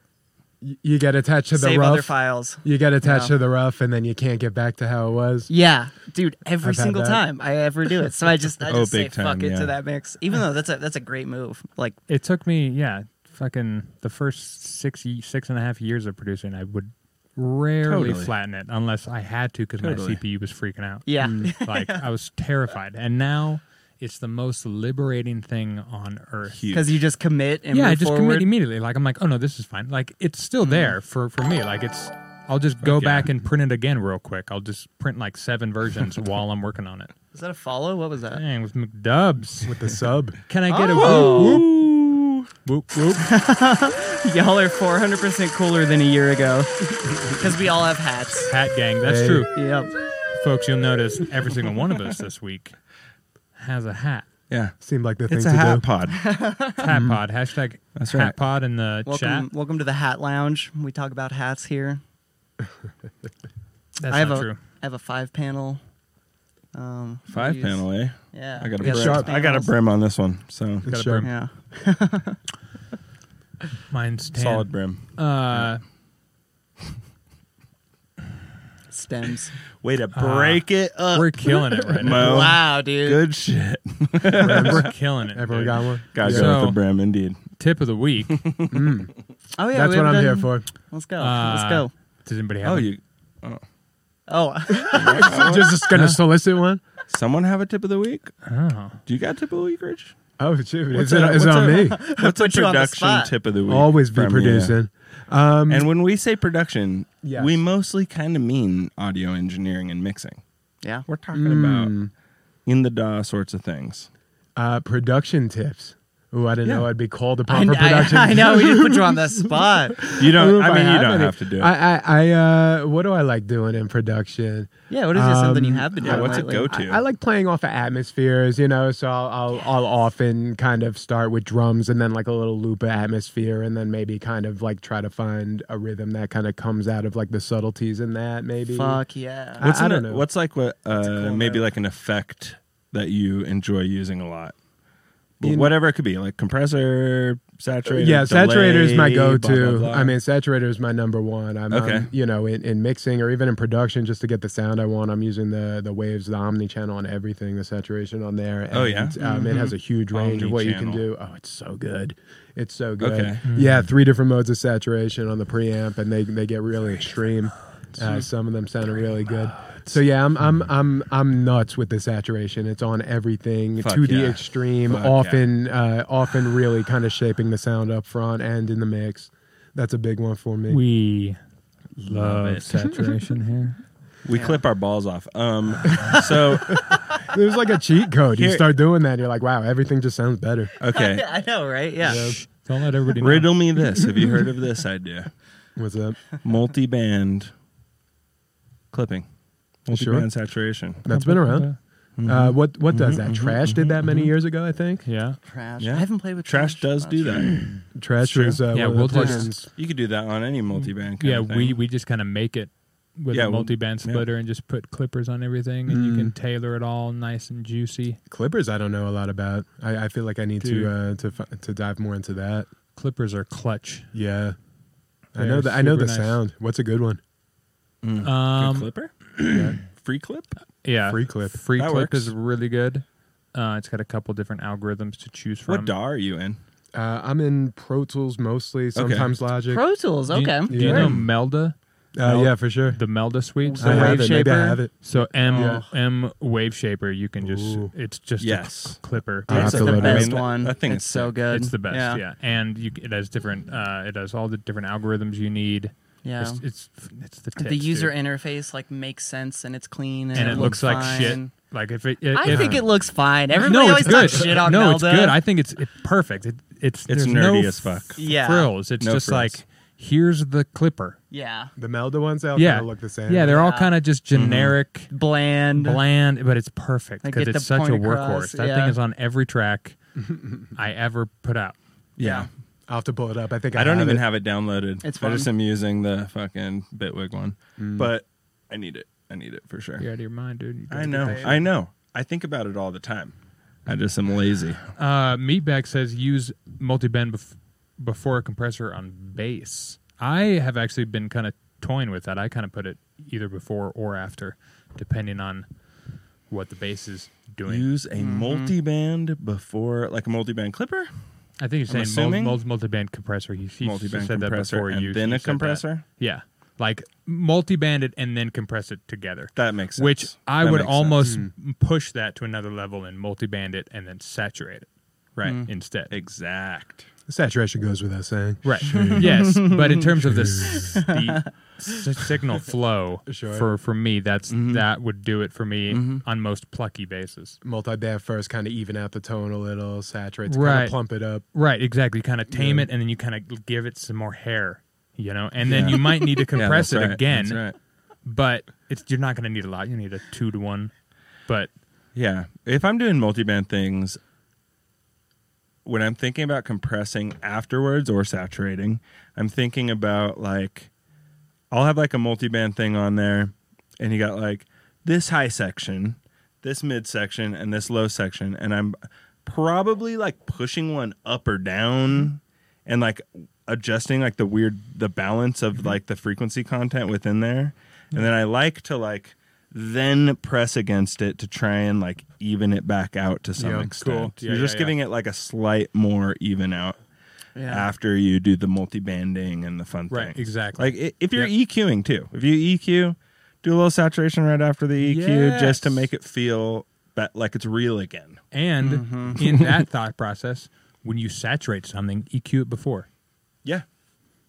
Speaker 3: y- you get attached to the
Speaker 2: Save
Speaker 3: rough.
Speaker 2: other files.
Speaker 3: You get attached
Speaker 2: No.
Speaker 3: to the rough, and then you can't get back to how it was.
Speaker 2: Yeah, dude, every
Speaker 3: I've had
Speaker 2: single
Speaker 3: that.
Speaker 2: time I ever do it. So I just I
Speaker 4: Oh,
Speaker 2: just say
Speaker 4: big time,
Speaker 2: fuck it
Speaker 4: yeah.
Speaker 2: to that mix. Even though that's a that's a great move. Like
Speaker 1: It took me, yeah, fucking the first six ye- six and a half years of producing, I would rarely
Speaker 4: Totally.
Speaker 1: flatten it unless I had to because my
Speaker 4: Totally.
Speaker 1: CPU was freaking out.
Speaker 2: yeah.
Speaker 1: like I was terrified, and now it's the most liberating thing on earth.
Speaker 4: Huge.
Speaker 2: Because you just commit and
Speaker 1: yeah,
Speaker 2: move
Speaker 1: I just
Speaker 2: forward.
Speaker 1: commit immediately. Like I'm like, oh no, this is fine. Like it's still there for for me. Like it's, I'll just go
Speaker 4: Fuck yeah.
Speaker 1: back and print it again real quick. I'll just print like seven versions while I'm working on it.
Speaker 2: Is that a follow? What was that?
Speaker 1: Dang, with McDubs.
Speaker 3: With the sub,
Speaker 1: Can I get a
Speaker 2: Oh.
Speaker 1: whoop
Speaker 3: whoop whoop.
Speaker 2: Y'all are 400% cooler than a year ago. Because we all have hats.
Speaker 1: hat gang? That's
Speaker 3: Hey.
Speaker 1: true,
Speaker 2: Yep.
Speaker 1: folks. You'll notice every single one of us this week has a hat.
Speaker 4: yeah.
Speaker 3: Seemed like the
Speaker 4: It's a
Speaker 3: thing to
Speaker 4: hat
Speaker 3: do.
Speaker 4: pod.
Speaker 1: Hat pod hashtag.
Speaker 4: Mm-hmm. That's
Speaker 1: hat
Speaker 4: right.
Speaker 1: pod in the chat.
Speaker 2: Welcome, welcome to the Hat Lounge. We talk about hats here.
Speaker 1: That's
Speaker 2: I have
Speaker 1: not
Speaker 2: a
Speaker 1: true.
Speaker 2: I have a five panel. Um,
Speaker 4: Five
Speaker 2: we use-
Speaker 4: panel, eh?
Speaker 2: Yeah,
Speaker 4: I got a
Speaker 2: we have
Speaker 4: brim.
Speaker 2: six
Speaker 4: I got a
Speaker 2: panels.
Speaker 4: brim on this one. So
Speaker 1: Got a
Speaker 3: Sure.
Speaker 1: brim.
Speaker 2: Yeah,
Speaker 1: Mine's tan.
Speaker 4: solid brim.
Speaker 1: Uh,
Speaker 2: stems.
Speaker 4: Way to
Speaker 1: Ah.
Speaker 4: break it up.
Speaker 1: we're killing it right now.
Speaker 4: Mo.
Speaker 2: wow, dude.
Speaker 4: Good shit.
Speaker 1: we're killing it.
Speaker 3: Everyone
Speaker 1: dude.
Speaker 3: got one.
Speaker 4: Gotta
Speaker 1: Yeah.
Speaker 4: go with
Speaker 1: So-
Speaker 4: the brim, indeed.
Speaker 1: Tip of the week.
Speaker 2: Oh yeah,
Speaker 3: That's
Speaker 2: we
Speaker 3: what I'm
Speaker 2: haven't
Speaker 3: here
Speaker 2: done-
Speaker 3: for.
Speaker 2: Let's go.
Speaker 1: Uh,
Speaker 2: Let's go.
Speaker 1: Does anybody have?
Speaker 4: Oh,
Speaker 1: one?
Speaker 4: you. Oh.
Speaker 2: Oh,
Speaker 3: Just, just gonna solicit one.
Speaker 4: Someone have a tip of the week?
Speaker 1: Oh.
Speaker 4: Do you got tip of the week, Rich?
Speaker 3: Oh, shoot!
Speaker 4: What's
Speaker 3: Is it,
Speaker 4: up?
Speaker 3: is it
Speaker 4: What's
Speaker 3: on me?
Speaker 4: What's
Speaker 2: Put
Speaker 4: a
Speaker 2: you on the
Speaker 4: production
Speaker 2: spot.
Speaker 4: tip of the week?
Speaker 3: Always be
Speaker 4: from you?
Speaker 3: producing.
Speaker 4: And when we say production,
Speaker 3: Yes.
Speaker 4: we mostly kind of mean audio engineering and mixing.
Speaker 2: yeah.
Speaker 4: We're talking about in the DAW sorts of things.
Speaker 3: Uh, production tips. Ooh, I didn't know
Speaker 4: Yeah.
Speaker 3: I'd be called
Speaker 2: I,
Speaker 3: upon for
Speaker 2: I,
Speaker 3: production.
Speaker 2: I know we just put you on the spot.
Speaker 4: You
Speaker 3: I
Speaker 4: don't.
Speaker 3: know if
Speaker 4: I mean, you
Speaker 3: have
Speaker 4: don't
Speaker 3: any.
Speaker 4: have to do it.
Speaker 3: I, I, I uh, what do I like doing in production?
Speaker 2: Yeah, what is this? something you
Speaker 3: Um,
Speaker 2: have been
Speaker 4: yeah,
Speaker 2: doing
Speaker 4: what's a
Speaker 2: lately?
Speaker 4: go-to?
Speaker 3: I, I like playing off of atmospheres, you know. So I'll I'll, I'll often kind of start with drums and then like a little loop of atmosphere, and then maybe kind of like try to find a rhythm that kind of comes out of like the subtleties in that. Maybe
Speaker 2: Fuck yeah.
Speaker 3: I-
Speaker 4: what's
Speaker 3: I
Speaker 4: an-
Speaker 3: don't know.
Speaker 4: What's like what? Uh,
Speaker 2: cool
Speaker 4: maybe
Speaker 2: name.
Speaker 4: like an effect that you enjoy using a lot. But
Speaker 3: You know-
Speaker 4: whatever it could be, like compressor, saturator.
Speaker 3: yeah, saturator is my
Speaker 4: delay, blah,
Speaker 3: go-to.
Speaker 4: blah, blah.
Speaker 3: I mean, saturator is my number one. I'm,
Speaker 4: Okay.
Speaker 3: I'm, you know, in, in mixing or even in production, just to get the sound I want, I'm using the the waves, the omni channel on everything, the saturation on there. And,
Speaker 4: Oh, yeah?
Speaker 3: um, it has a huge range of what you can
Speaker 4: Omnichannel.
Speaker 3: do. Oh, it's so good. It's so good.
Speaker 4: Okay. Mm-hmm.
Speaker 3: Yeah, three different modes of saturation on the preamp, and they they get really extreme. Uh, some of them sounded really good. So yeah, I'm I'm I'm I'm nuts with the saturation. It's on everything
Speaker 4: Fuck
Speaker 3: to the
Speaker 4: yeah.
Speaker 3: extreme,
Speaker 4: Fuck yeah.
Speaker 3: often uh, often really kind of shaping the sound up front and in the mix. That's a big one for me.
Speaker 1: We
Speaker 4: Love
Speaker 1: love
Speaker 4: it.
Speaker 1: saturation here.
Speaker 4: we clip our balls off. Um, so
Speaker 3: There's like a cheat code. You
Speaker 4: Here-
Speaker 3: start doing that, you're like, wow, everything just sounds better.
Speaker 4: okay,
Speaker 2: I know, right? Yeah.
Speaker 1: Shh, Don't let everybody know.
Speaker 4: riddle me this. Have you heard of this idea?
Speaker 3: What's up?
Speaker 4: Multi-band clipping,
Speaker 3: Sure.
Speaker 4: multi-band saturation. Mm-hmm.
Speaker 3: That's been around.
Speaker 1: Mm-hmm.
Speaker 3: Uh, what what does that? Trash did that many years ago, I think.
Speaker 1: Yeah.
Speaker 2: Trash.
Speaker 4: Yeah.
Speaker 2: I haven't played with trash.
Speaker 4: Trash does do that.
Speaker 3: Trash
Speaker 4: Sure.
Speaker 3: was uh,
Speaker 1: Yeah,
Speaker 3: one of the
Speaker 1: we'll
Speaker 3: plugins.
Speaker 1: just-
Speaker 4: You could do that on any multi-band. Kind
Speaker 1: Yeah,
Speaker 4: of thing.
Speaker 1: we, we just kind of make it with
Speaker 4: Yeah,
Speaker 1: a
Speaker 4: we-
Speaker 1: multi-band
Speaker 4: yeah.
Speaker 1: splitter and just put clippers on everything and you
Speaker 3: Mm.
Speaker 1: can tailor it all nice and juicy.
Speaker 3: Clippers, I don't know a lot about. I, I feel like I need
Speaker 1: Dude.
Speaker 3: to uh, to fi- to dive more into that.
Speaker 1: Clippers are clutch.
Speaker 3: Yeah, I
Speaker 1: They're
Speaker 3: know the I know
Speaker 1: super
Speaker 3: the
Speaker 1: nice.
Speaker 3: sound. What's a good one?
Speaker 4: Mm. Good
Speaker 1: Um,
Speaker 4: clipper, free clip.
Speaker 1: yeah.
Speaker 3: Free clip.
Speaker 1: Free
Speaker 4: That
Speaker 1: clip
Speaker 4: works.
Speaker 1: is really good. Uh, it's got a couple different algorithms to choose from.
Speaker 4: What DAW are you in?
Speaker 3: Uh, I'm in Pro Tools mostly, sometimes Logic.
Speaker 2: Pro Tools.
Speaker 1: Do you-
Speaker 2: Okay.
Speaker 1: Do you,
Speaker 3: Yeah.
Speaker 1: know Melda?
Speaker 3: uh, yeah, for sure.
Speaker 1: The Melda suite?
Speaker 2: So
Speaker 3: I have
Speaker 2: Wave
Speaker 3: it. Maybe I
Speaker 2: Shaper?
Speaker 3: have it.
Speaker 1: So M
Speaker 3: Yeah.
Speaker 1: M Wave Shaper, you can just
Speaker 3: Ooh.
Speaker 1: it's just a
Speaker 4: Yes.
Speaker 1: c- clipper.
Speaker 3: I'll have
Speaker 2: It's
Speaker 3: to
Speaker 2: the
Speaker 3: load it up.
Speaker 2: best
Speaker 4: I mean,
Speaker 2: one.
Speaker 4: that thing
Speaker 2: it's
Speaker 4: is
Speaker 2: so
Speaker 4: sick.
Speaker 2: good.
Speaker 1: It's the best, yeah. And you, it has different. Uh, it has all the different algorithms you need.
Speaker 2: Yeah.
Speaker 1: It's it's, it's the tits,
Speaker 2: the user
Speaker 1: dude.
Speaker 2: interface like makes sense and it's clean and,
Speaker 1: and it looks like
Speaker 2: fine.
Speaker 1: shit. Like if it,
Speaker 2: I
Speaker 1: if-
Speaker 2: think it looks fine. Everybody
Speaker 1: no,
Speaker 2: always
Speaker 1: it's good.
Speaker 2: talks shit on
Speaker 1: no,
Speaker 2: Melda.
Speaker 1: it's good. I think it's it, perfect. It, it's
Speaker 4: It's
Speaker 1: there's no
Speaker 4: nerdy as fuck.
Speaker 1: f-
Speaker 2: Yeah.
Speaker 1: Frills. It's
Speaker 4: No
Speaker 1: just
Speaker 4: frills.
Speaker 1: like here's the clipper.
Speaker 2: yeah.
Speaker 3: The Melda ones, they all
Speaker 1: Yeah,
Speaker 3: kind of look the same.
Speaker 1: Yeah, Mm-hmm. they're all
Speaker 2: Yeah.
Speaker 1: kind of just generic.
Speaker 2: Bland.
Speaker 1: bland, but it's perfect
Speaker 2: They
Speaker 1: because
Speaker 2: get
Speaker 1: it's
Speaker 2: the
Speaker 1: such a
Speaker 2: point across,
Speaker 1: workhorse. That
Speaker 2: yeah.
Speaker 1: thing is on every track I ever put out.
Speaker 4: Yeah.
Speaker 3: I'll have to pull it up. I think I,
Speaker 4: I don't
Speaker 3: have
Speaker 4: even
Speaker 3: it.
Speaker 4: have it downloaded.
Speaker 2: It's
Speaker 4: I just
Speaker 2: fine.
Speaker 4: am using the fucking Bitwig one, but I need it. I need it for sure.
Speaker 1: Mm. You're out of your mind, dude. You
Speaker 4: I
Speaker 1: gotta
Speaker 4: know.
Speaker 1: get
Speaker 4: I know. I think about it all the time. I just am lazy.
Speaker 1: that. Uh, Meatbag says use multi bend bef- before a compressor on bass. I have actually been kind of toying with that. I kind of put it either before or after, depending on what the bass is doing. Mm-hmm.
Speaker 4: Use a multi-band before, like a multi-band clipper,
Speaker 1: I think
Speaker 4: I'm
Speaker 1: you're saying
Speaker 4: assuming-
Speaker 1: mul- mul- multi-band compressor. You, you
Speaker 4: Multi-band
Speaker 1: said that
Speaker 4: compressor
Speaker 1: before.
Speaker 4: and
Speaker 1: you,
Speaker 4: then
Speaker 1: you
Speaker 4: a
Speaker 1: said that.
Speaker 4: compressor?
Speaker 1: Yeah, like multi-band it and then compress it together.
Speaker 4: That makes sense.
Speaker 1: Which I
Speaker 4: That
Speaker 1: would
Speaker 4: makes
Speaker 1: almost
Speaker 4: sense. Hmm.
Speaker 1: m- push that to another level and multi-band it and then saturate it, right?
Speaker 4: Hmm.
Speaker 1: Instead,
Speaker 4: exact.
Speaker 3: Saturation goes without saying.
Speaker 1: right? Yes, but in terms of the, s- the s- signal flow
Speaker 3: Sure.
Speaker 1: for for me, that's that would do it for me on most plucky bases.
Speaker 3: Multi-band first, kind of even out the tone a little, saturates, kind
Speaker 1: Right.
Speaker 3: of plump it up.
Speaker 1: Right, exactly. You kind of tame
Speaker 3: Yeah.
Speaker 1: it and then you kind of give it some more hair, you know, and then
Speaker 4: Yeah.
Speaker 1: you might need to
Speaker 4: Yeah,
Speaker 1: compress
Speaker 4: that's
Speaker 1: it
Speaker 4: right.
Speaker 1: again.
Speaker 4: That's right.
Speaker 1: but it's you're not going to need a lot. You need a two to one, but
Speaker 4: Yeah. If I'm doing multi-band things, when I'm thinking about compressing afterwards or saturating, I'm thinking about like I'll have like a multi-band thing on there and you got like this high section, this mid section and this low section and I'm probably like pushing one up or down and like adjusting like the weird the balance of
Speaker 1: Mm-hmm.
Speaker 4: like the frequency content within there. And then I like to like then press against it to try and like even it back out to some
Speaker 3: Yeah, cool.
Speaker 4: extent.
Speaker 1: Yeah,
Speaker 4: You're
Speaker 1: yeah,
Speaker 4: just
Speaker 1: yeah.
Speaker 4: giving it like a slight more even out
Speaker 2: Yeah.
Speaker 4: after you do the multi-banding and the fun
Speaker 1: Right,
Speaker 4: things.
Speaker 1: exactly.
Speaker 4: Like i- if you're EQing too, if you EQ, do a little saturation right after the EQ just to
Speaker 1: Yes.
Speaker 4: make it feel ba- like it's real again.
Speaker 1: and in that thought process, when you saturate something, EQ it before.
Speaker 4: Yeah.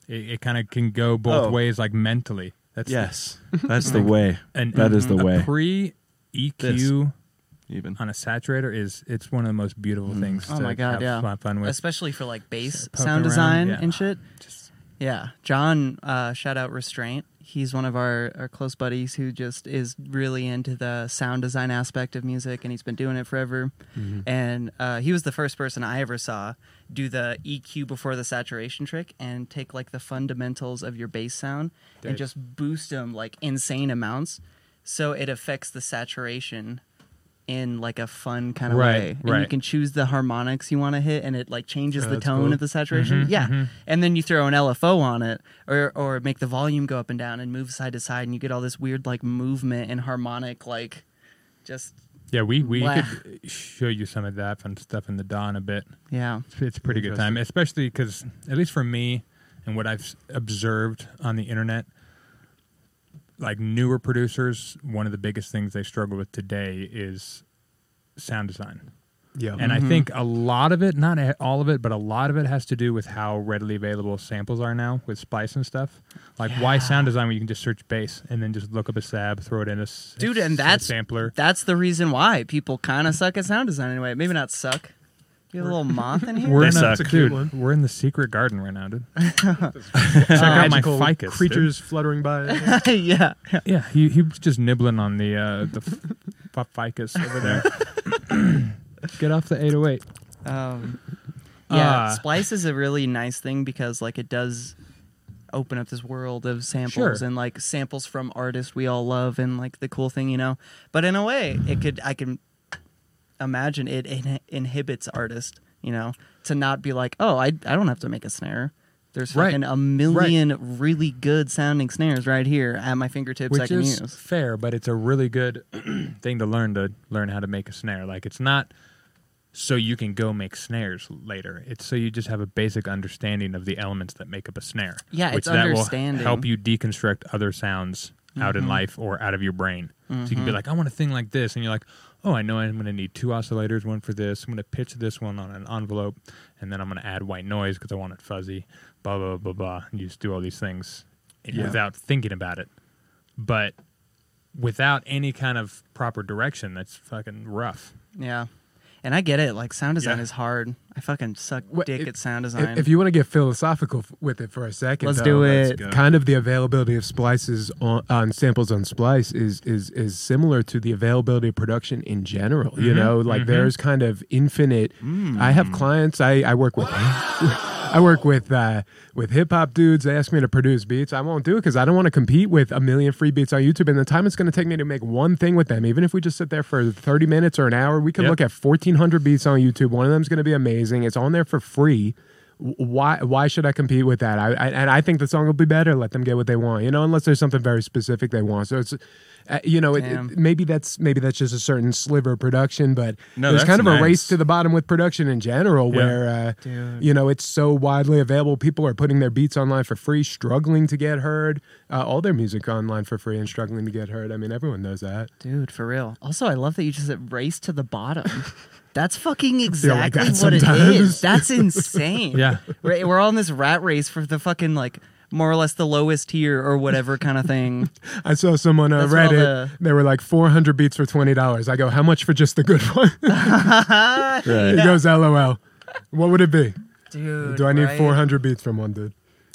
Speaker 1: It, it kind of can go both
Speaker 4: Oh.
Speaker 1: ways, like mentally. That's
Speaker 4: Yes, that's the way.
Speaker 1: and
Speaker 4: that is the way.
Speaker 1: Pre EQ
Speaker 4: This. Even
Speaker 1: on a saturator is it's one of the most beautiful things.
Speaker 2: Oh
Speaker 1: to
Speaker 2: my god,
Speaker 1: have
Speaker 2: yeah.
Speaker 1: fun- fun with.
Speaker 2: Especially for like bass
Speaker 1: poke around,
Speaker 2: sound design
Speaker 1: yeah.
Speaker 2: and shit.
Speaker 1: Just-
Speaker 2: Yeah. John, uh, shout out Restraint. He's one of our, our close buddies who just is really into the sound design aspect of music and he's been doing it forever.
Speaker 1: Mm-hmm.
Speaker 2: And uh, he was the first person I ever saw do the EQ before the saturation trick and take like the fundamentals of your bass sound and
Speaker 1: Nice.
Speaker 2: just boost them like insane amounts. So it affects the saturation in like a fun kind of
Speaker 1: Right,
Speaker 2: way. And you
Speaker 1: right.
Speaker 2: can choose the harmonics you want to hit and it like changes
Speaker 3: Oh,
Speaker 2: the
Speaker 3: that's
Speaker 2: tone
Speaker 3: cool.
Speaker 2: of the saturation. yeah. And then you throw an LFO on it or or make the volume go up and down and move side to side and you get all this weird like movement and harmonic like just
Speaker 1: yeah, we we
Speaker 2: Wow.
Speaker 1: could show you some of that fun stuff in the dawn a bit.
Speaker 2: yeah.
Speaker 1: It's- it's a pretty good time, especially because at least for me and what I've s- observed on the internet, like newer producers, one of the biggest things they struggle with today is sound design.
Speaker 3: Yeah,
Speaker 1: And I think a lot of it, not a- all of it, but a lot of it has to do with how readily available samples are now with splice and stuff. Like, why
Speaker 2: Yeah.
Speaker 1: sound design when you can just search bass and then just look up a sab, throw it in a s-
Speaker 2: Dude,
Speaker 1: a
Speaker 2: and
Speaker 1: s- a
Speaker 2: that's
Speaker 1: sampler.
Speaker 2: that's the reason why people kind of suck at sound design anyway. Maybe not suck. You have a little moth in here.
Speaker 1: We're
Speaker 4: They
Speaker 1: in, a,
Speaker 4: suck. It's a
Speaker 3: cute
Speaker 1: dude,
Speaker 3: one.
Speaker 1: we're in the secret garden right now, dude. Check out my
Speaker 3: Magical
Speaker 1: ficus. dude.
Speaker 3: creatures fluttering by.
Speaker 2: yeah.
Speaker 1: Yeah, he he was just nibbling on the uh, the f- f- ficus over there. Get off the 808.
Speaker 2: Um, yeah,
Speaker 1: Uh,
Speaker 2: Splice is a really nice thing because like it does open up this world of samples
Speaker 1: Sure.
Speaker 2: and like samples from artists we all love and like the cool thing, you know. But in a way, it could I can imagine it in- inhibits artists, you know, to not be like, "Oh, I I don't have to make a snare." There's
Speaker 1: Right.
Speaker 2: fucking a million really good sounding snares right here at my fingertips I
Speaker 1: Which
Speaker 2: can
Speaker 1: is
Speaker 2: use.
Speaker 1: fair, but it's a really good thing to learn to learn how to make a snare. Like it's not so you can go make snares later. It's so you just have a basic understanding of the elements that make up a snare.
Speaker 2: Yeah,
Speaker 1: which
Speaker 2: it's
Speaker 1: that
Speaker 2: understanding. Mm-hmm.
Speaker 1: will help you deconstruct other sounds out in life or out of your brain. So you can be like, I want a thing like this, and you're like, oh, I know I'm going to need two oscillators, one for this. I'm going to pitch this one on an envelope, and then I'm going to add white noise because I want it fuzzy. Blah blah blah blah. And you just do all these things
Speaker 4: Yeah.
Speaker 1: without thinking about it, but without any kind of proper direction, that's fucking rough.
Speaker 2: Yeah. And I get it. Like sound design
Speaker 4: Yeah.
Speaker 2: is hard. I fucking suck
Speaker 3: Well,
Speaker 2: dick
Speaker 3: if-
Speaker 2: at sound design.
Speaker 3: if, if you want to get philosophical f- with it for a second,
Speaker 2: Let's
Speaker 3: though,
Speaker 2: do
Speaker 4: let's
Speaker 2: it.
Speaker 4: go.
Speaker 3: kind of the availability of splices on, on samples on splice is is is similar to the availability of production in general you know like there's kind of infinite i have clients i i work with I work with uh, with hip hop dudes. They ask me to produce beats. I won't do it because I don't want to compete with a million free beats on YouTube. And the time it's going to take me to make one thing with them, even if we just sit there for thirty minutes or an hour, we can
Speaker 1: Yep.
Speaker 3: look at fourteen hundred beats on YouTube. One of them's going to be amazing. It's on there for free. w- why why should I compete with that? I, I and I think the song will be better. Let them get what they want, you know, unless there's something very specific they want. So it's, uh, you know, it, it-
Speaker 2: Damn.
Speaker 3: maybe that's maybe that's just a certain sliver of production, but
Speaker 4: No,
Speaker 3: there's
Speaker 4: that's
Speaker 3: kind of
Speaker 4: nice.
Speaker 3: a race to the bottom with production in general,
Speaker 4: Yeah.
Speaker 3: where uh, you know it's so widely available. People are putting their beats online for free, struggling to get heard. Uh, all their music online for free and struggling to get heard. I mean, everyone knows that.
Speaker 2: Dude, for real. Also, I love that you just said race to the bottom. That's fucking
Speaker 3: like
Speaker 2: exactly
Speaker 3: that
Speaker 2: what it is.
Speaker 3: sometimes.
Speaker 2: That's insane.
Speaker 1: Yeah.
Speaker 2: Right, We're all in this rat race for the fucking, like, more or less the lowest tier or whatever kind of thing.
Speaker 3: I saw someone on
Speaker 2: That's what all
Speaker 3: Reddit.
Speaker 2: the-
Speaker 3: They were like 400 beats for twenty dollars. I go, how much for just the good one?
Speaker 4: Right.
Speaker 3: he goes, LOL. What would it be?
Speaker 2: Dude.
Speaker 3: Do I need
Speaker 2: right?
Speaker 3: 400 beats from one dude?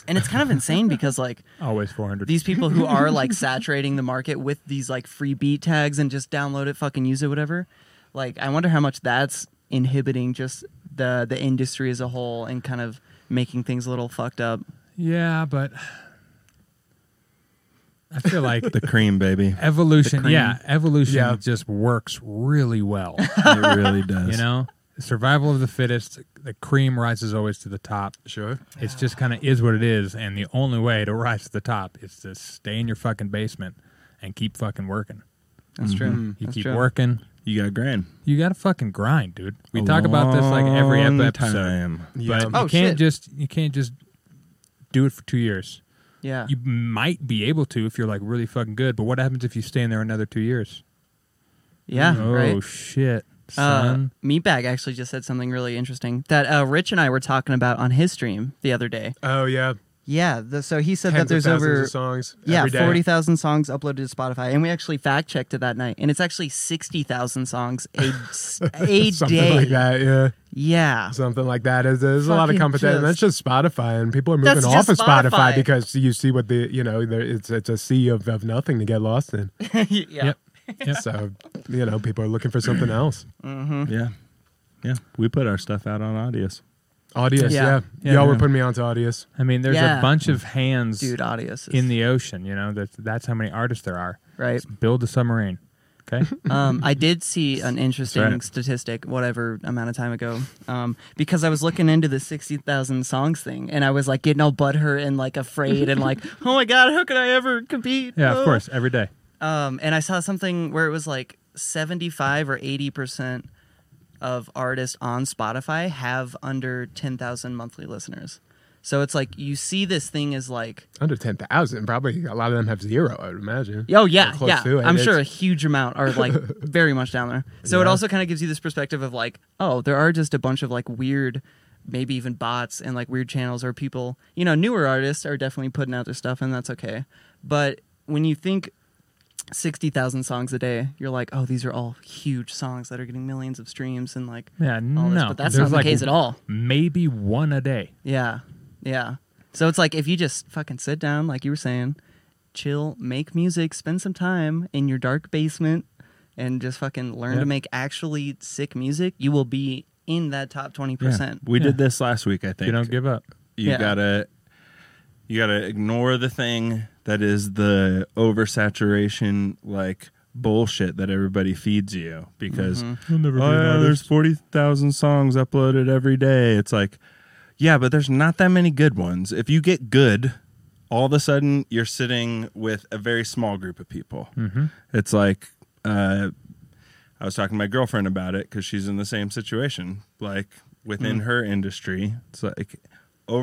Speaker 2: And it's kind of insane because, like,
Speaker 1: Always 400.
Speaker 2: these people who are like saturating the market with these like free beat tags and just download it, fucking use it, whatever. Like, I wonder how much that's inhibiting just the the industry as a whole and kind of making things a little fucked up.
Speaker 1: yeah, but I feel like
Speaker 4: The cream, baby.
Speaker 1: evolution. Yeah, evolution
Speaker 3: Yeah.
Speaker 1: just works really well.
Speaker 4: It really does.
Speaker 1: you know, survival of the fittest. The cream rises always to the top.
Speaker 3: Sure.
Speaker 1: It's just kind of is what it is, and the only way to rise to the top is to stay in your fucking basement and keep fucking working.
Speaker 2: That's true.
Speaker 1: Mm-hmm. You
Speaker 2: That's
Speaker 1: keep
Speaker 2: true.
Speaker 1: working.
Speaker 4: You got grand.
Speaker 1: You got to fucking grind, dude. We
Speaker 4: A
Speaker 1: talk about this like every ep-
Speaker 4: long
Speaker 1: episode,
Speaker 4: time.
Speaker 1: but
Speaker 3: Yeah.
Speaker 1: you
Speaker 2: Oh,
Speaker 1: can't
Speaker 2: shit.
Speaker 1: just you can't just do it for two years.
Speaker 2: Yeah.
Speaker 1: You might be able to if you're like really fucking good, but what happens if you stay in there another two years?
Speaker 2: yeah.
Speaker 1: oh
Speaker 2: right.
Speaker 1: shit,
Speaker 2: Uh,
Speaker 1: son.
Speaker 2: Meatbag actually just said something really interesting that uh, Rich and I were talking about on his stream the other day.
Speaker 3: Oh, yeah.
Speaker 2: Yeah, the, so he said
Speaker 3: Tens
Speaker 2: that there's
Speaker 3: of thousands
Speaker 2: over
Speaker 3: of songs.
Speaker 2: yeah
Speaker 3: every day.
Speaker 2: forty thousand songs uploaded to Spotify, and we actually fact checked it that night, and it's actually sixty thousand songs a, a
Speaker 3: Something
Speaker 2: day.
Speaker 3: like that. Yeah.
Speaker 2: Yeah,
Speaker 3: Something like that. There's, there's a lot of
Speaker 2: Fucking
Speaker 3: competition.
Speaker 2: just-
Speaker 3: That's just Spotify, and people are
Speaker 2: That's
Speaker 3: moving
Speaker 2: just
Speaker 3: off of Spotify,
Speaker 2: Spotify.
Speaker 3: because you see what the, you know, there, it's it's a sea of, of nothing to get lost in.
Speaker 2: yeah.
Speaker 1: Yep. Yep.
Speaker 3: so, you know, people are looking for something else.
Speaker 1: Hmm.
Speaker 4: Yeah. Yeah. We put our stuff out on Audius.
Speaker 3: Audius,
Speaker 2: Yeah.
Speaker 3: yeah.
Speaker 1: Yeah,
Speaker 3: Y'all were
Speaker 1: yeah.
Speaker 3: putting me onto Audius.
Speaker 1: I mean, there's
Speaker 2: Yeah.
Speaker 1: a bunch of hands
Speaker 2: dude. Audios is,
Speaker 1: in the ocean. You know that that's how many artists there are.
Speaker 2: right.
Speaker 1: Build a submarine. Okay.
Speaker 2: um, I did see an interesting
Speaker 4: right.
Speaker 2: statistic, whatever amount of time ago, um, because I was looking into the sixty thousand songs thing, and I was like getting all butthurt and like afraid and like, oh my god, how could I ever compete?
Speaker 1: yeah, of
Speaker 2: Oh.
Speaker 1: course. Every day.
Speaker 2: Um, and I saw something where it was like seventy-five or eighty percent of artists on Spotify have under ten thousand monthly listeners. So it's like you see this thing as like,
Speaker 3: Under 10,000. Probably a lot of them have zero, I would imagine.
Speaker 2: oh yeah,
Speaker 3: Or close
Speaker 2: yeah,
Speaker 3: to it.
Speaker 2: I'm sure a
Speaker 3: It's-
Speaker 2: huge amount are like very much down there. So it
Speaker 3: Yeah.
Speaker 2: also kind of gives you this perspective of like, oh, there are just a bunch of like weird, maybe even bots and like weird channels or people, you know, newer artists are definitely putting out their stuff and that's okay. But when you think 60,000 songs a day, you're like, oh, these are all huge songs that are getting millions of streams and like
Speaker 1: Yeah.
Speaker 2: all
Speaker 1: No.
Speaker 2: this. But that's
Speaker 1: There's
Speaker 2: not the
Speaker 1: like
Speaker 2: case at all.
Speaker 1: Maybe one a day.
Speaker 2: Yeah. Yeah. So it's like if you just fucking sit down, like you were saying, chill, make music, spend some time in your dark basement and just fucking learn
Speaker 1: Yeah.
Speaker 2: to make actually sick music, you will be in that top 20%.
Speaker 4: We
Speaker 1: Yeah.
Speaker 4: did this last week, I think.
Speaker 1: You don't give up.
Speaker 4: you
Speaker 2: Yeah.
Speaker 4: gotta you gotta ignore the thing that is the oversaturation like bullshit that everybody feeds you because
Speaker 1: You'll never
Speaker 4: oh yeah there's 40,000 songs uploaded every day it's like yeah but there's not that many good ones if you get good all of a sudden you're sitting with a very small group of people it's like uh I was talking to my girlfriend about it because she's in the same situation. Like within her industry, it's like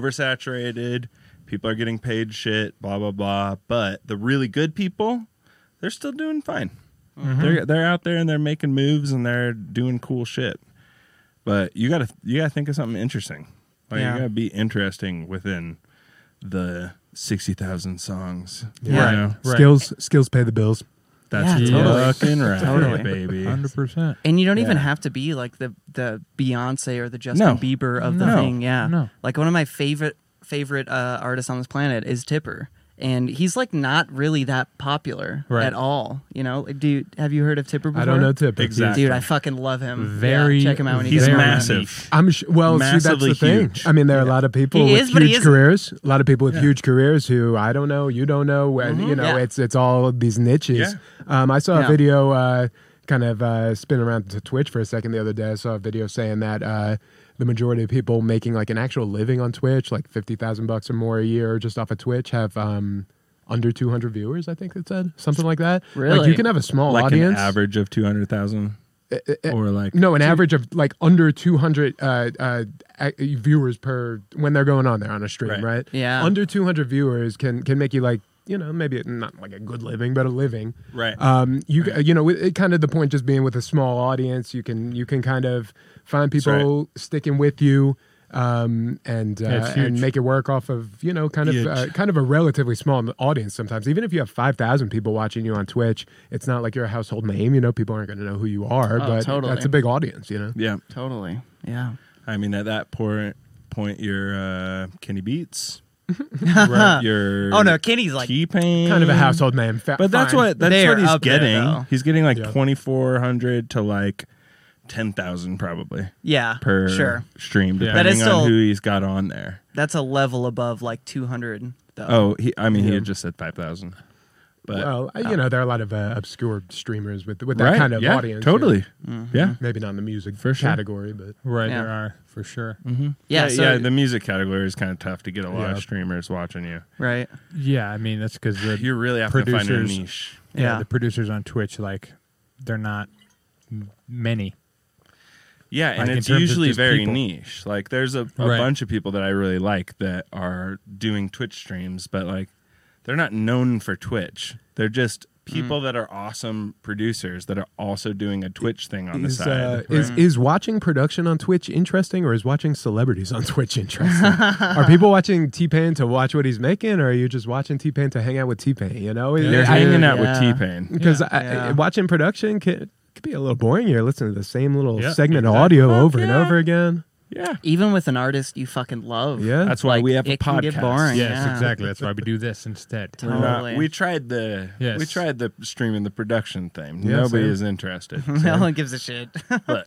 Speaker 4: oversaturated. People are getting paid shit, blah blah blah. But the really good people, they're still doing fine.
Speaker 2: Mm-hmm.
Speaker 4: They're they're out there and they're making moves and they're doing cool shit. But you gotta you gotta think of something interesting. Like
Speaker 2: Yeah.
Speaker 4: you gotta be interesting within the sixty thousand songs. you
Speaker 2: Yeah.
Speaker 4: know?
Speaker 1: Right.
Speaker 3: Skills, skills pay the bills.
Speaker 4: That's
Speaker 2: Yeah, totally.
Speaker 4: fucking right,
Speaker 2: Totally.
Speaker 4: baby.
Speaker 1: Hundred percent.
Speaker 2: And you don't even
Speaker 4: Yeah.
Speaker 2: have to be like the the Beyonce or the Justin
Speaker 4: No.
Speaker 2: Bieber of the
Speaker 4: No.
Speaker 2: thing. Yeah.
Speaker 1: No.
Speaker 2: Like one of my favorite favorite uh, artists on this planet is Tipper. And he's like not really that popular
Speaker 1: Right.
Speaker 2: at all. You know, Like, do you, have you heard of Tipper before?
Speaker 3: I don't know tip.
Speaker 4: Exactly.
Speaker 2: Dude, I fucking love him.
Speaker 1: Very.
Speaker 2: Yeah, check him out when he
Speaker 4: He's
Speaker 2: gets
Speaker 1: very
Speaker 2: back.
Speaker 4: massive.
Speaker 3: I'm sh- well. See, that's
Speaker 4: Massively
Speaker 3: the thing.
Speaker 4: huge.
Speaker 3: I mean, there are a lot of people
Speaker 2: He
Speaker 3: with
Speaker 2: is, but he
Speaker 3: huge
Speaker 2: isn't.
Speaker 3: careers. A lot of people with huge careers who I don't know, you don't know, and you know,
Speaker 2: Mm-hmm. yeah.
Speaker 3: it's it's all these niches. Um, I saw
Speaker 2: Yeah.
Speaker 3: a video, uh, kind of uh, spin around to Twitch for a second the other day. I saw a video saying that uh, the majority of people making like an actual living on Twitch, like fifty thousand bucks or more a year, just off of Twitch, have um, under two hundred viewers. I think it said something like that. Like
Speaker 2: Really?
Speaker 3: you can have a small
Speaker 4: like
Speaker 3: audience.
Speaker 4: an average of two hundred thousand, or like
Speaker 3: No, an average of like under 200 uh, uh, ac- viewers per when they're going on there on a stream,
Speaker 4: Right.
Speaker 3: right?
Speaker 2: Yeah.
Speaker 3: Under 200 viewers can can make you like you know maybe not like a good living, but a living.
Speaker 4: Right.
Speaker 3: Um. You you know it, it kind of the point just being with a small audience, you can you can kind of find
Speaker 4: right.
Speaker 3: people sticking with you. Um and uh,
Speaker 1: Yeah, it's
Speaker 3: and
Speaker 1: huge.
Speaker 3: make it work off of you know kind of
Speaker 4: Huge.
Speaker 3: uh, kind of a relatively small audience sometimes even if you have five thousand people watching you on Twitch it's not like you're a household name you know people aren't going to know who you are
Speaker 2: Oh,
Speaker 3: but
Speaker 2: totally.
Speaker 3: that's a big audience you know
Speaker 4: yeah.
Speaker 2: Totally. Yeah.
Speaker 4: I mean, at that point, point your uh, Kenny Beats, right, your
Speaker 2: Oh no, Kenny's like
Speaker 4: T Pain,
Speaker 3: kind of a household name. Fa-
Speaker 4: Mm. But that's
Speaker 3: fine.
Speaker 4: what that's
Speaker 2: They're
Speaker 4: what he's
Speaker 2: up there,
Speaker 4: getting.
Speaker 2: though.
Speaker 4: he's getting like
Speaker 3: Yeah.
Speaker 4: twenty four hundred to like ten thousand probably
Speaker 2: yeah,
Speaker 4: per
Speaker 2: sure.
Speaker 4: stream,
Speaker 1: Yeah.
Speaker 4: depending
Speaker 1: That
Speaker 2: is still-
Speaker 4: on who he's got on there.
Speaker 2: That's a level above like 200 though.
Speaker 4: Oh, he, I mean, he
Speaker 3: Yeah.
Speaker 4: had just said five thousand, but
Speaker 3: Well, I- you know, there are a lot of uh, obscure streamers with with that
Speaker 4: right,
Speaker 3: kind of
Speaker 4: yeah,
Speaker 3: audience. you know.
Speaker 4: totally, yeah.
Speaker 3: Maybe not in the music
Speaker 4: For sure.
Speaker 3: category, but
Speaker 1: Right,
Speaker 2: Yeah. Mm.
Speaker 1: there are for sure.
Speaker 2: yeah,
Speaker 4: yeah,
Speaker 2: so
Speaker 4: yeah, The music category is kind of tough to get a lot of
Speaker 3: Mm-hmm. Yeah.
Speaker 4: streamers watching you.
Speaker 2: right.
Speaker 1: Yeah, I mean that's because the
Speaker 4: You really have to find a
Speaker 1: Producers.
Speaker 4: niche.
Speaker 1: yeah,
Speaker 2: Yeah.
Speaker 1: Uh, the producers on Twitch like they're not m- many.
Speaker 4: Yeah, and
Speaker 1: Like, in
Speaker 4: it's
Speaker 1: terms of
Speaker 4: usually
Speaker 1: just
Speaker 4: very
Speaker 1: people.
Speaker 4: niche. Like there's a, a
Speaker 1: Right.
Speaker 4: bunch of people that I really like that are doing Twitch streams, but like they're not known for Twitch. They're just people
Speaker 1: Hmm.
Speaker 4: that are awesome producers that are also doing a Twitch thing on
Speaker 3: is,
Speaker 4: the side.
Speaker 3: uh, is is watching production on Twitch interesting, or is watching celebrities on Twitch interesting? are people watching T Pain to watch what he's making, or are you just watching T Pain to hang out with T Pain? You know,
Speaker 4: They're
Speaker 1: Yeah.
Speaker 4: hanging out
Speaker 2: Yeah.
Speaker 4: with T Pain.
Speaker 3: because
Speaker 2: Yeah.
Speaker 3: watching production can, could be a little boring. You're listening to the same little
Speaker 1: Yeah,
Speaker 3: segment of
Speaker 1: exactly.
Speaker 3: audio over
Speaker 4: yeah.
Speaker 3: and over again.
Speaker 4: Yeah.
Speaker 2: Even with an artist you fucking love.
Speaker 3: Yeah,
Speaker 4: That's why
Speaker 2: Like,
Speaker 4: we have a
Speaker 2: it can get
Speaker 4: podcast.
Speaker 2: boring.
Speaker 1: Yes,
Speaker 2: Yeah.
Speaker 1: exactly. That's why we do this instead.
Speaker 4: We're not-
Speaker 2: Totally.
Speaker 4: we tried the
Speaker 1: Yes.
Speaker 4: we tried the streaming the production thing.
Speaker 3: Yeah,
Speaker 4: Nobody
Speaker 3: same.
Speaker 4: is interested.
Speaker 2: no one gives a shit.
Speaker 4: Look,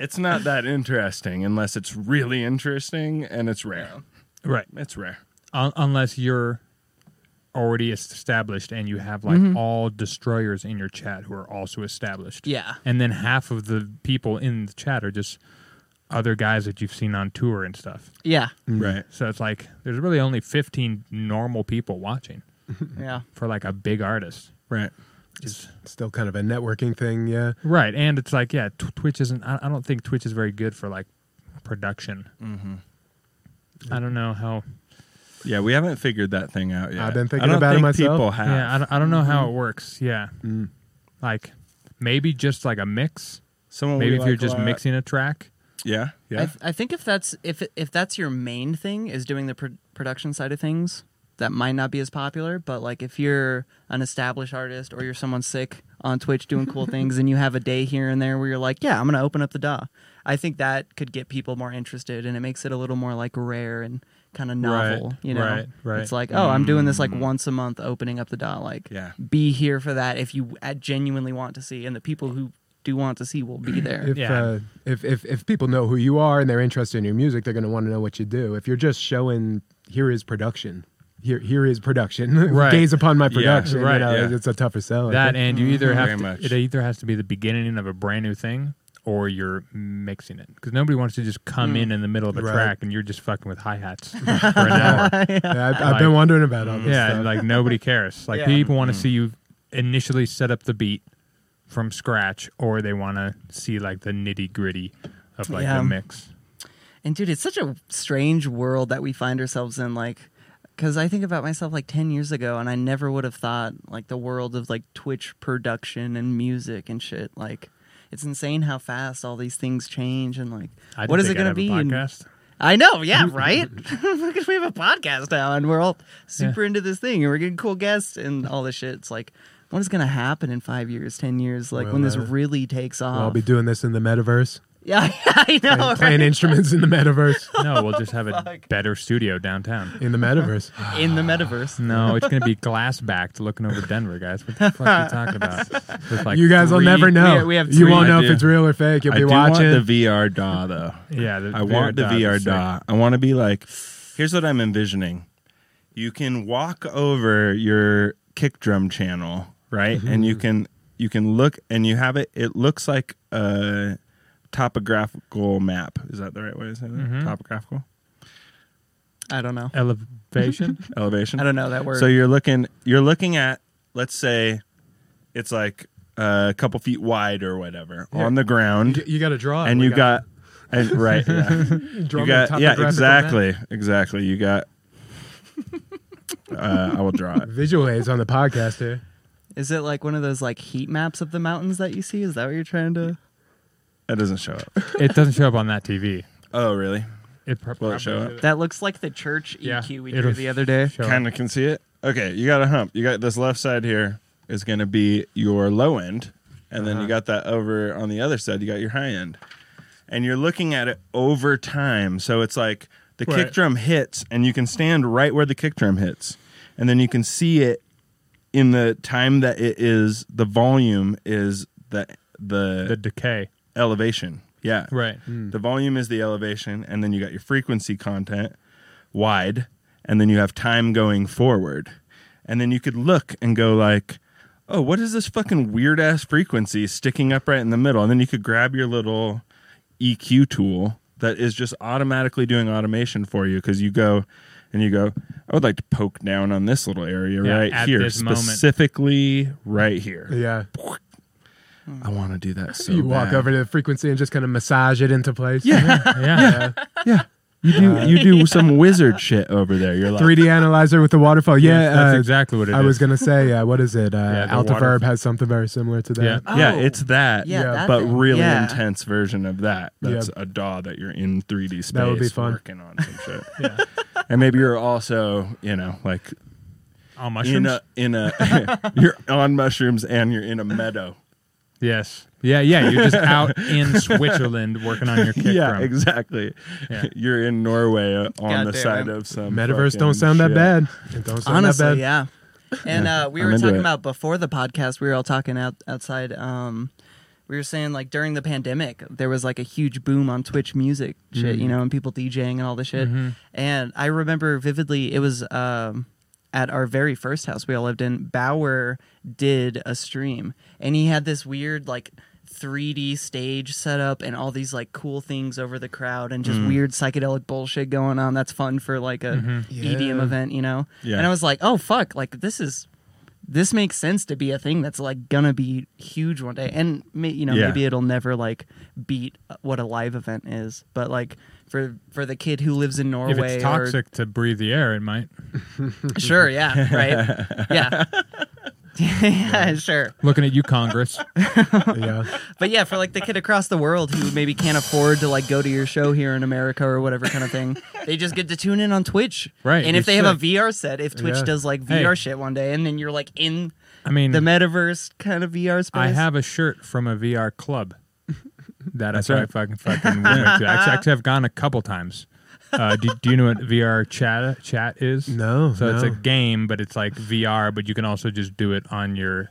Speaker 4: it's not that interesting unless it's really interesting and it's rare.
Speaker 1: Right,
Speaker 4: It's rare.
Speaker 1: Un- unless you're already established and you have
Speaker 2: Mm-hmm.
Speaker 1: like all destroyers in your chat who are also established.
Speaker 2: yeah.
Speaker 1: and then half of the people in the chat are just other guys that you've seen on tour and stuff.
Speaker 2: Yeah.
Speaker 4: Right.
Speaker 1: So it's like there's really only 15 normal people watching
Speaker 2: Yeah.
Speaker 1: for like a big artist.
Speaker 4: Right.
Speaker 1: Just,
Speaker 3: still kind of a networking thing. Yeah,
Speaker 1: right, and it's like yeah, tw- Twitch isn't. I, I don't think Twitch is very good for like production.
Speaker 4: Mm-hmm.
Speaker 1: I don't know how.
Speaker 4: Yeah, we haven't figured that thing out yet.
Speaker 3: I've been thinking
Speaker 4: I don't
Speaker 3: about it
Speaker 4: think
Speaker 3: myself.
Speaker 4: People have.
Speaker 1: Yeah, I don't, I don't know how it works. Yeah, like maybe just like a mix.
Speaker 4: Someone
Speaker 1: Maybe
Speaker 4: we
Speaker 1: if
Speaker 4: Oh, like
Speaker 1: you're
Speaker 4: a
Speaker 1: just
Speaker 4: lot.
Speaker 1: mixing a track.
Speaker 4: Yeah, yeah.
Speaker 2: I, th- I think if that's if if that's your main thing is doing the pro- production side of things, that might not be as popular. But like if you're an established artist or you're someone sick on Twitch doing cool things, and you have a day here and there where you're like, yeah, I'm gonna open up the DAW. I think that could get people more interested, and it makes it a little more like rare and kind of novel.
Speaker 1: Right,
Speaker 2: you know,
Speaker 1: right, right.
Speaker 2: it's like, oh, I'm doing this like once a month, opening up the DAW. Like,
Speaker 4: Yeah.
Speaker 2: be here for that if you uh, genuinely want to see, and the people who do want to see will be there.
Speaker 3: if
Speaker 1: Yeah.
Speaker 3: uh, if, if if people know who you are and they're interested in your music, they're going to want to know what you do. If you're just showing here is production, here here is production,
Speaker 1: Right.
Speaker 3: gaze upon my production,
Speaker 1: right,
Speaker 3: you know,
Speaker 4: yeah.
Speaker 3: it's a tougher sell. I
Speaker 1: That
Speaker 3: think.
Speaker 1: and you either have
Speaker 4: Mm-hmm. Very
Speaker 1: to,
Speaker 4: much.
Speaker 1: it either has to be the beginning of a brand new thing or you're mixing it because nobody wants to just come
Speaker 4: Mm.
Speaker 1: in in the middle of a
Speaker 3: Right.
Speaker 1: track and you're just fucking with hi hats for an hour.
Speaker 3: Yeah, I've, I've
Speaker 1: like- mm,
Speaker 3: been wondering about all this.
Speaker 1: yeah,
Speaker 3: stuff.
Speaker 1: like nobody cares. Like
Speaker 2: Yeah.
Speaker 1: people want to
Speaker 4: Mm-hmm.
Speaker 1: see you initially set up the beat from scratch, or they want to see like the nitty gritty of like
Speaker 2: Yeah.
Speaker 1: the mix.
Speaker 2: And dude, it's such a strange world that we find ourselves in. Like, because I think about myself like 10 years ago, and I never would have thought like the world of like Twitch production and music and shit. Like, it's insane how fast all these things change. And like,
Speaker 1: I didn't
Speaker 2: what is it
Speaker 1: think I'd
Speaker 2: going to
Speaker 1: have a
Speaker 2: be? in-
Speaker 1: podcast?
Speaker 2: I know, yeah, right? Because we have a podcast now, and we're all super into this thing, and we're getting cool guests and all this shit. It's like, what is going to happen in five years, 10 years? Like, when
Speaker 3: Well,
Speaker 2: this
Speaker 3: uh,
Speaker 2: really takes off.
Speaker 3: Well, I'll be doing this in the metaverse,
Speaker 2: yeah, I know.
Speaker 3: playing, playing instruments in the metaverse,
Speaker 1: No, we'll just have a better studio downtown.
Speaker 3: in the metaverse.
Speaker 2: right? In the metaverse.
Speaker 1: No, it's gonna be glass backed looking over Denver, guys. What the fuck are you talking about? With, like,
Speaker 3: you guys will
Speaker 1: three-
Speaker 3: never know.
Speaker 2: we- we have
Speaker 3: you
Speaker 2: three-
Speaker 3: won't
Speaker 4: I
Speaker 3: know
Speaker 4: do.
Speaker 3: if it's real or fake. You'll
Speaker 4: I
Speaker 3: be
Speaker 4: do
Speaker 3: watching.
Speaker 4: want the VR DAW though.
Speaker 1: Yeah, the
Speaker 4: I want the
Speaker 1: dot is
Speaker 4: VR
Speaker 1: sick.
Speaker 4: DAW. I want to be like, here's what I'm envisioning. You can walk over your kick drum channel, right? And you can you can look and you have it. It looks like a topographical map. Is that the right way to say that?
Speaker 1: Mhm.
Speaker 4: Topographical
Speaker 2: I don't know.
Speaker 1: Elevation.
Speaker 4: elevation.
Speaker 2: I don't know that word.
Speaker 4: So you're looking you're looking at let's say it's like uh, a couple feet wide or whatever
Speaker 3: Yeah.
Speaker 4: on the
Speaker 3: You,
Speaker 4: ground,
Speaker 3: you got to draw, it.
Speaker 4: and
Speaker 3: We
Speaker 4: you got, and right, yeah.
Speaker 3: draw them
Speaker 4: you got yeah
Speaker 3: topographical map.
Speaker 4: exactly exactly you got. uh, I will draw it.
Speaker 3: Visual aids on the podcast here.
Speaker 2: Is it like one of those like heat maps of the mountains that you see? Is that what you're trying to?
Speaker 4: That doesn't show up.
Speaker 1: it doesn't show up on that TV.
Speaker 4: Oh really?
Speaker 1: It pro-
Speaker 4: Will it show up?
Speaker 2: That looks like the church
Speaker 1: Yeah,
Speaker 2: EQ we
Speaker 1: it'll
Speaker 2: drew the other day.
Speaker 1: show up.
Speaker 4: Kind of can see it. Okay, you got a hump. You got this left side here is going to be your low end, and
Speaker 1: Uh-huh.
Speaker 4: then you got that over on the other side. You got your high end, and you're looking at it over time. So it's like the
Speaker 1: Right.
Speaker 4: kick drum hits, and you can stand right where the kick drum hits, and then you can see it in the time that it is. The volume is the the,
Speaker 1: the decay.
Speaker 4: elevation. Yeah,
Speaker 1: Right.
Speaker 3: Mm.
Speaker 4: the volume is the elevation, and then you got your frequency content wide, and then you have time going forward. And then you could look and go like, oh, what is this fucking weird ass frequency sticking up right in the middle? And then you could grab your little EQ tool that is just automatically doing automation for you because you go and you go, I would like to poke down on this little area
Speaker 1: Yeah,
Speaker 4: right
Speaker 1: at
Speaker 4: here,
Speaker 1: this moment.
Speaker 4: specifically right here.
Speaker 3: Yeah,
Speaker 4: I want to do that so
Speaker 3: you walk
Speaker 4: bad.
Speaker 3: over to the frequency and just kind of massage it into place.
Speaker 4: Yeah.
Speaker 1: Yeah.
Speaker 4: Yeah. You do you do some wizard shit over there. You're like
Speaker 3: 3D analyzer with the waterfall. Yeah,
Speaker 1: that's
Speaker 3: uh,
Speaker 1: exactly what it is.
Speaker 3: I was gonna say, uh, what is it? Uh,
Speaker 1: Yeah, the
Speaker 3: Altiverb
Speaker 1: waterfall.
Speaker 3: has something very similar to that.
Speaker 1: Yeah.
Speaker 4: Yeah,
Speaker 2: Oh.
Speaker 4: it's that.
Speaker 2: Yeah,
Speaker 3: Yeah.
Speaker 2: that
Speaker 4: But
Speaker 2: thing.
Speaker 4: really
Speaker 2: Yeah.
Speaker 4: intense version of that.
Speaker 3: Yeah.
Speaker 4: That's a DAW that you're in 3D space
Speaker 3: That would be fun.
Speaker 4: working on some shit. And maybe you're also, you know, like
Speaker 1: on mushrooms.
Speaker 4: in a in a you're on mushrooms and you're in a meadow.
Speaker 1: yes. Yeah. Yeah. You're just out in Switzerland working on your kick
Speaker 4: yeah,
Speaker 1: drum.
Speaker 4: exactly.
Speaker 1: Yeah.
Speaker 4: You're in Norway uh, on
Speaker 2: God
Speaker 4: the
Speaker 2: damn
Speaker 4: side
Speaker 2: it.
Speaker 4: of some
Speaker 3: Metaverse
Speaker 4: fucking
Speaker 3: don't sound that
Speaker 4: shit.
Speaker 3: bad. It don't sound that
Speaker 2: Honestly,
Speaker 3: bad.
Speaker 2: yeah. And uh, we
Speaker 4: I'm
Speaker 2: were
Speaker 4: into
Speaker 2: talking
Speaker 4: it.
Speaker 2: about before the podcast. We were all talking out outside. Um, we were saying like during the pandemic, there was like a huge boom on Twitch music shit,
Speaker 4: Mm.
Speaker 2: you know, and people DJing and all this shit.
Speaker 4: Mm-hmm.
Speaker 2: And I remember vividly, it was um, at our very first house we all lived in. Bauer did a stream, and he had this weird like. 3D stage setup and all these like cool things over the crowd and
Speaker 4: Mm.
Speaker 2: just weird psychedelic bullshit going on. That's fun for like a EDM
Speaker 4: Mm-hmm.
Speaker 1: Mm-hmm.
Speaker 3: Yeah.
Speaker 2: event, you know?
Speaker 4: Yeah.
Speaker 2: And I was like, oh fuck, like this is this makes sense to be a thing that's like gonna be huge one day. And may, you know,
Speaker 4: Yeah.
Speaker 2: maybe it'll never like beat what a live event is, but like for for the kid who lives in Norway
Speaker 1: If it's toxic to breathe the air, it might.
Speaker 2: or, sure, yeah, right. yeah. yeah, sure.
Speaker 1: Looking at you, Congress.
Speaker 3: Yeah.
Speaker 2: But yeah, for like the kid across the world who maybe can't afford to like go to your show here in America or whatever kind of thing, they just get to tune in on Twitch.
Speaker 1: Right,
Speaker 2: And if
Speaker 1: you're
Speaker 2: they have a
Speaker 1: sick.
Speaker 2: VR set, if Twitch
Speaker 3: Yeah.
Speaker 2: does like
Speaker 1: Hey.
Speaker 2: VR shit one day, and then you're like in
Speaker 1: I mean,
Speaker 2: the metaverse kind of VR space.
Speaker 1: Hmm. I have a shirt from a VR club that I
Speaker 4: That's
Speaker 1: thought
Speaker 4: right.
Speaker 1: I fucking, fucking went to. I actually- actually have gone a couple times. Uh, do, do you know what VR chat chat is?
Speaker 3: No,
Speaker 1: So it's
Speaker 3: no.
Speaker 1: a game, but it's like VR, but you can also just do it on your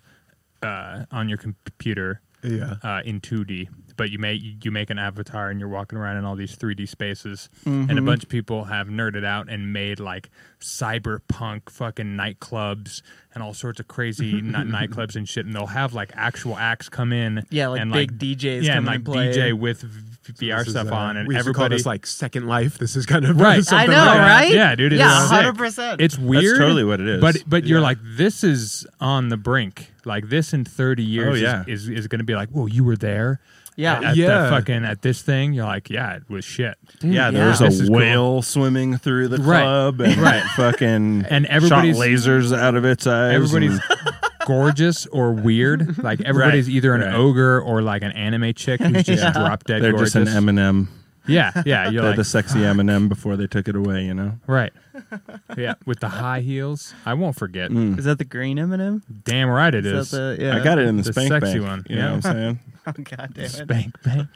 Speaker 1: uh, on your computer
Speaker 3: Yeah.
Speaker 1: uh, in 2D. But you make you make an avatar and you're walking around in all these 3D spaces, and a
Speaker 2: Mm-hmm.
Speaker 1: bunch of people have nerded out and made like cyberpunk fucking nightclubs and all sorts of crazy not nightclubs and shit. And they'll have like actual acts come in,
Speaker 2: Yeah, like
Speaker 1: and,
Speaker 2: big DJs
Speaker 1: yeah, and
Speaker 2: come in
Speaker 1: like
Speaker 2: and play.
Speaker 1: DJ with v- VR
Speaker 3: This is,
Speaker 1: stuff
Speaker 3: uh,
Speaker 1: on, and
Speaker 3: we used to
Speaker 1: everybody
Speaker 3: call this like Second Life. This is kind of
Speaker 1: Right. I
Speaker 2: I
Speaker 3: something
Speaker 2: know,
Speaker 3: like that.
Speaker 2: right?
Speaker 1: Yeah, dude, it
Speaker 2: yeah,
Speaker 1: is sick.
Speaker 2: hundred percent.
Speaker 1: It's weird.
Speaker 4: totally what it is.
Speaker 1: But but you're
Speaker 3: Yeah.
Speaker 1: like this is on the brink. Like this in 30 years
Speaker 4: Oh,
Speaker 1: is-
Speaker 4: yeah.
Speaker 1: is, is going to be like, "Whoa, you were there."
Speaker 2: Yeah.
Speaker 1: At, at
Speaker 3: Yeah.
Speaker 1: the fucking at this thing, you're like, "Yeah, it was shit."
Speaker 4: Yeah, there
Speaker 2: yeah.
Speaker 4: was
Speaker 1: This is
Speaker 4: a
Speaker 1: cool.
Speaker 4: whale swimming through the
Speaker 1: Right.
Speaker 4: club and right. fucking
Speaker 1: And
Speaker 4: everybody
Speaker 1: everybody's-
Speaker 4: shot lasers out of its eyes.
Speaker 1: Everybody's
Speaker 4: and-
Speaker 1: gorgeous or weird. Like everybody's either an
Speaker 4: right.
Speaker 1: ogre or like an anime chick who's just drop dead
Speaker 4: they're
Speaker 1: gorgeous.
Speaker 4: just an M&M.
Speaker 1: yeah, yeah, you're
Speaker 4: They're
Speaker 1: like
Speaker 4: the sexy M&M before they took it away, you know.
Speaker 1: right. Yeah, with the high heels. I won't forget.
Speaker 4: Mm.
Speaker 2: Is that the green M and m
Speaker 1: Damn right it
Speaker 2: Is
Speaker 1: is.
Speaker 2: that the yeah?
Speaker 4: Hmm. I got it in the,
Speaker 1: The
Speaker 4: spank
Speaker 1: sexy
Speaker 4: bank,
Speaker 1: one,
Speaker 4: You
Speaker 1: yeah.
Speaker 4: know what I'm saying?
Speaker 2: Oh, God damn it.
Speaker 1: Spank bank.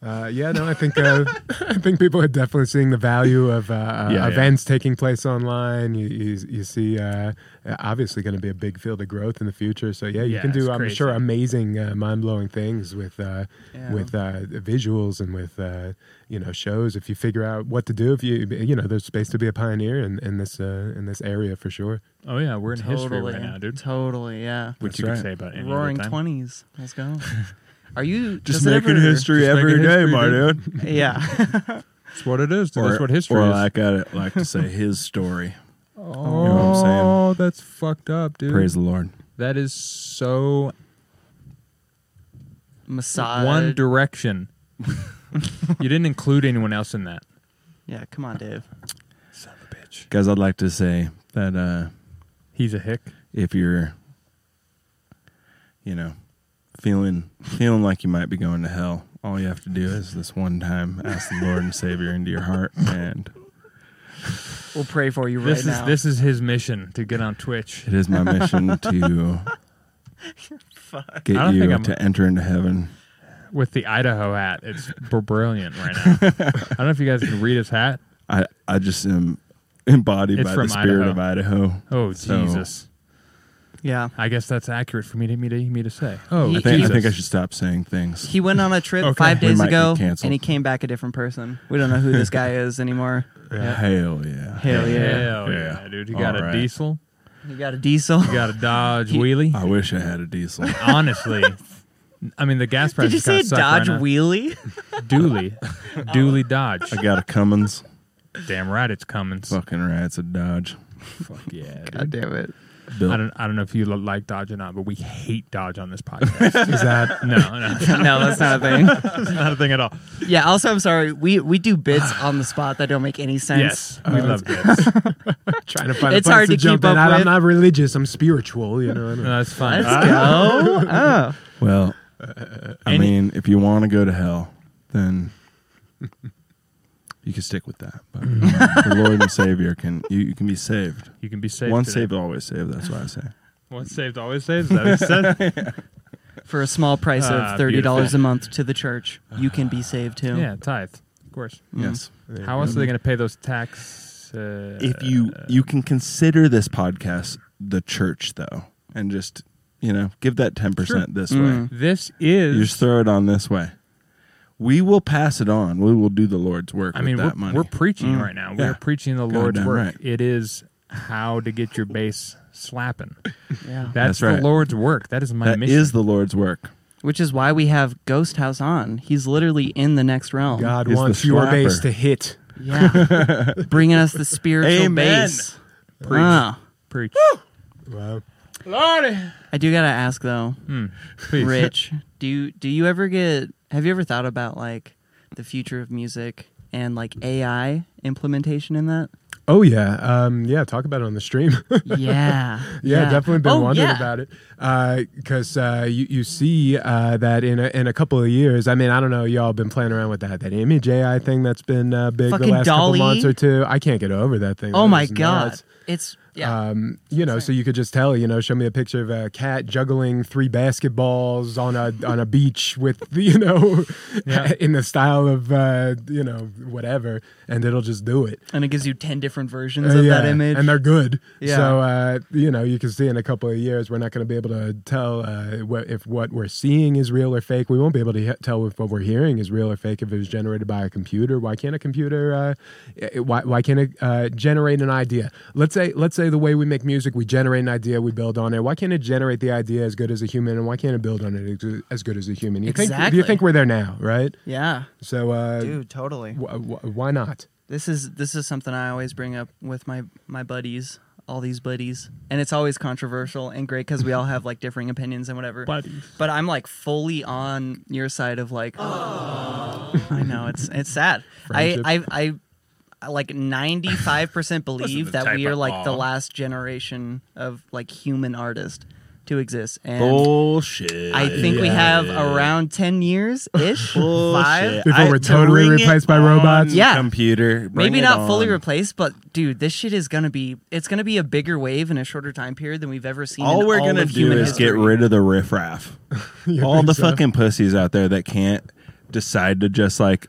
Speaker 3: Uh, yeah, no, I think uh, I think people are definitely seeing the value of uh, uh,
Speaker 4: Yeah, yeah.
Speaker 3: events taking place online. You you, you see, uh, obviously, going to be a big field of growth in the future. So yeah, you
Speaker 1: Yeah,
Speaker 3: can
Speaker 1: it's
Speaker 3: do, I'm
Speaker 1: crazy.
Speaker 3: sure, amazing, uh, mind blowing things with uh,
Speaker 2: Yeah.
Speaker 3: with uh, visuals and with uh, you know shows. If you figure out what to do, if you you know, there's space to be a pioneer in, in this uh, in this area for sure.
Speaker 1: Oh yeah, we're in
Speaker 2: Totally,
Speaker 1: history right now, dude.
Speaker 2: Totally, yeah.
Speaker 1: Which
Speaker 4: That's
Speaker 1: you
Speaker 4: right.
Speaker 1: can say about any other
Speaker 2: Roaring
Speaker 1: time.
Speaker 2: twenties. Let's go. Are you
Speaker 4: Just
Speaker 2: does it
Speaker 4: making
Speaker 2: ever-
Speaker 4: history
Speaker 1: just
Speaker 4: every
Speaker 1: making
Speaker 4: day,
Speaker 1: history,
Speaker 4: my
Speaker 1: dude.
Speaker 4: dude.
Speaker 2: Yeah.
Speaker 1: That's what it is. dude. That's
Speaker 4: Or-
Speaker 1: what history
Speaker 4: or
Speaker 1: is.
Speaker 4: like I like to say, his story.
Speaker 1: oh,
Speaker 4: what I'm saying?
Speaker 1: that's fucked up, dude.
Speaker 4: Praise the Lord.
Speaker 1: That is so
Speaker 2: Massage.
Speaker 1: One Direction. you didn't include anyone else in that.
Speaker 2: yeah, come on, Dave.
Speaker 1: Son of a bitch.
Speaker 4: Guys, I'd like to say that uh,
Speaker 1: He's a hick.
Speaker 4: if you're, you know, feeling feeling like you might be going to hell, all you have to do is this one time ask the Lord and Savior into your heart, and
Speaker 2: We'll pray for you
Speaker 1: This
Speaker 2: right
Speaker 1: is
Speaker 2: now.
Speaker 1: this is his mission to get on Twitch.
Speaker 4: it is my mission to
Speaker 1: I don't
Speaker 4: get
Speaker 1: think
Speaker 4: you
Speaker 1: I'm-
Speaker 4: to enter into heaven.
Speaker 1: with the Idaho hat. It's br- brilliant right now. I don't know if you guys can read his hat.
Speaker 4: I I just am embodied
Speaker 1: It's
Speaker 4: by
Speaker 1: from
Speaker 4: the spirit
Speaker 1: Idaho.
Speaker 4: of Idaho.
Speaker 1: Oh
Speaker 4: So,
Speaker 1: Jesus!
Speaker 2: yeah.
Speaker 1: I guess that's accurate for me to me to me to say. Oh,
Speaker 4: I think, I
Speaker 1: Jesus.
Speaker 4: think I should stop saying things.
Speaker 2: He went on a trip
Speaker 1: Okay.
Speaker 2: five
Speaker 4: We
Speaker 2: days
Speaker 4: might get
Speaker 2: ago,
Speaker 4: canceled.
Speaker 2: and he came back a different person. We don't know who this guy is anymore.
Speaker 4: Hell yeah!
Speaker 2: Hell yeah.
Speaker 1: Hell yeah,
Speaker 4: Yeah.
Speaker 1: dude! You got
Speaker 4: All
Speaker 1: a
Speaker 4: right.
Speaker 1: diesel.
Speaker 2: You got a diesel.
Speaker 1: You got a Dodge wheelie.
Speaker 4: I wish I had a diesel.
Speaker 1: Honestly, I mean the gas price.
Speaker 2: Did you
Speaker 1: is kinda
Speaker 2: say
Speaker 1: suck
Speaker 2: Dodge
Speaker 1: right now.
Speaker 2: wheelie? Oh.
Speaker 1: Dooley, Dooley Dodge.
Speaker 4: I got a Cummins.
Speaker 1: Damn right, it's Cummins.
Speaker 4: Fucking right, it's a Dodge.
Speaker 1: Fuck yeah. dude.
Speaker 2: God damn it.
Speaker 4: Built
Speaker 1: I don't. I don't know if you li- like Dodge or not, but we hate Dodge on this podcast.
Speaker 3: Is that
Speaker 1: no, no,
Speaker 2: No, that's not a thing.
Speaker 1: that's not a thing at all.
Speaker 2: Yeah. Also, I'm sorry. We we do bits on the spot that don't make any sense.
Speaker 1: Yes, we love this.
Speaker 3: trying to find
Speaker 2: It's
Speaker 3: a place
Speaker 2: hard
Speaker 3: to,
Speaker 2: to
Speaker 3: jump
Speaker 2: keep
Speaker 3: in?
Speaker 2: up
Speaker 3: I- I'm
Speaker 2: with.
Speaker 3: not religious. I'm spiritual. You know. I don't-
Speaker 1: No, that's Ah, fine.
Speaker 2: Let's go. Oh,
Speaker 4: Well, I
Speaker 1: Any-
Speaker 4: mean, if you want to go to hell, then you can stick with that. But
Speaker 1: Mm.
Speaker 4: um, the Lord and Savior can you, you can be saved.
Speaker 1: You can be saved.
Speaker 4: Once
Speaker 1: today.
Speaker 4: saved, always saved. That's what I say.
Speaker 1: Once saved, always saved. Is that what it said?
Speaker 2: for a small price
Speaker 1: Ah,
Speaker 2: of thirty dollars
Speaker 1: beautiful.
Speaker 2: a month to the church, you can be saved too.
Speaker 1: Yeah, tithe, of course.
Speaker 4: Yes.
Speaker 1: How else are they going to pay those tax? Uh,
Speaker 4: If you you can consider this podcast the church though, and just you know give that ten percent this way.
Speaker 1: this
Speaker 4: You just
Speaker 1: Mm. is,
Speaker 4: throw it on this way. We will pass it on. We will do the Lord's work.
Speaker 1: I mean,
Speaker 4: with that
Speaker 1: we're,
Speaker 4: money.
Speaker 1: we're preaching right now.
Speaker 4: Yeah.
Speaker 1: We're preaching the Lord's
Speaker 4: Goddamn
Speaker 1: work.
Speaker 4: right.
Speaker 1: It is how to get your base slapping.
Speaker 2: Yeah.
Speaker 1: That's,
Speaker 4: That's right.
Speaker 1: the Lord's work. That is my
Speaker 4: That
Speaker 1: mission.
Speaker 4: is the Lord's work.
Speaker 2: Which is why we have Ghost House on. He's literally in the next realm.
Speaker 3: God
Speaker 4: Is the
Speaker 3: wants your
Speaker 4: slapper.
Speaker 3: base to hit.
Speaker 2: Yeah. Bringing us the spiritual
Speaker 4: Amen.
Speaker 2: base. Wow.
Speaker 1: Preach,
Speaker 3: Wow.
Speaker 2: I do gotta ask though,
Speaker 1: Hmm. please.
Speaker 2: Rich, do you do you ever get have you ever thought about like the future of music and like AI implementation in that?
Speaker 3: Oh yeah, um, yeah. Talk about it on the stream.
Speaker 2: Yeah. yeah,
Speaker 3: yeah, definitely been
Speaker 2: Oh,
Speaker 3: wondering
Speaker 2: yeah.
Speaker 3: about it because uh, you you see uh, that in a, in a couple of years. I mean, I don't know. Y'all been playing around with that that image AI thing that's been uh, big
Speaker 2: Fucking
Speaker 3: the last
Speaker 2: DALL-E.
Speaker 3: couple months or two. I can't get over that thing.
Speaker 2: Oh
Speaker 3: That
Speaker 2: my
Speaker 3: is
Speaker 2: god.
Speaker 3: nuts.
Speaker 2: It's yeah.
Speaker 3: Um, you know, so you could just tell, you know, show me a picture of a cat juggling three basketballs on a on a beach with, you know,
Speaker 1: Yeah.
Speaker 3: in the style of uh, you know, whatever, and it'll just do it.
Speaker 2: and it gives you ten different versions
Speaker 3: Uh,
Speaker 2: of
Speaker 3: yeah,
Speaker 2: that image.
Speaker 3: and they're good.
Speaker 2: Yeah.
Speaker 3: So uh, you know, you can see in a couple of years, we're not going to be able to tell uh, what, if what we're seeing is real or fake. We won't be able to he- tell if what we're hearing is real or fake if it was generated by a computer. Why can't a computer? Uh, i- why why can't it uh, generate an idea? Let's say let's say the way we make music, we generate an idea, we build on it. Why can't it generate the idea as good as a human, and why can't it build on it ex- as good as a human? You Think, do
Speaker 2: Exactly.
Speaker 3: you think we're there now, right?
Speaker 2: yeah.
Speaker 3: So, uh,
Speaker 2: Dude, totally.
Speaker 3: wh- wh- why not?
Speaker 2: This is this is something I always bring up with my my buddies, all these buddies, and it's always controversial and great because we all have like differing opinions and whatever.
Speaker 1: Buddies.
Speaker 2: But I'm like fully on your side of like, I know it's it's sad. I,
Speaker 3: Friendship.
Speaker 2: I I I like 95 percent believe
Speaker 1: the
Speaker 2: that
Speaker 1: type
Speaker 2: we are
Speaker 1: of
Speaker 2: like the
Speaker 1: aw.
Speaker 2: last generation of like human artist to exist, and
Speaker 4: Bullshit.
Speaker 2: I think we have around 10 years ish, five.
Speaker 3: Before we're totally
Speaker 4: Bring it
Speaker 3: replaced by
Speaker 4: on,
Speaker 3: robots?
Speaker 2: Yeah.
Speaker 4: Computer. Bring
Speaker 2: Maybe
Speaker 4: it
Speaker 2: not fully
Speaker 4: on.
Speaker 2: replaced, but dude, this shit is gonna be it's gonna be a bigger wave in a shorter time period than we've ever seen.
Speaker 4: All
Speaker 2: in
Speaker 4: we're gonna
Speaker 2: of
Speaker 4: do
Speaker 2: human
Speaker 4: is get
Speaker 2: history.
Speaker 4: rid of the riffraff. all the fucking pussies out there that can't decide to just like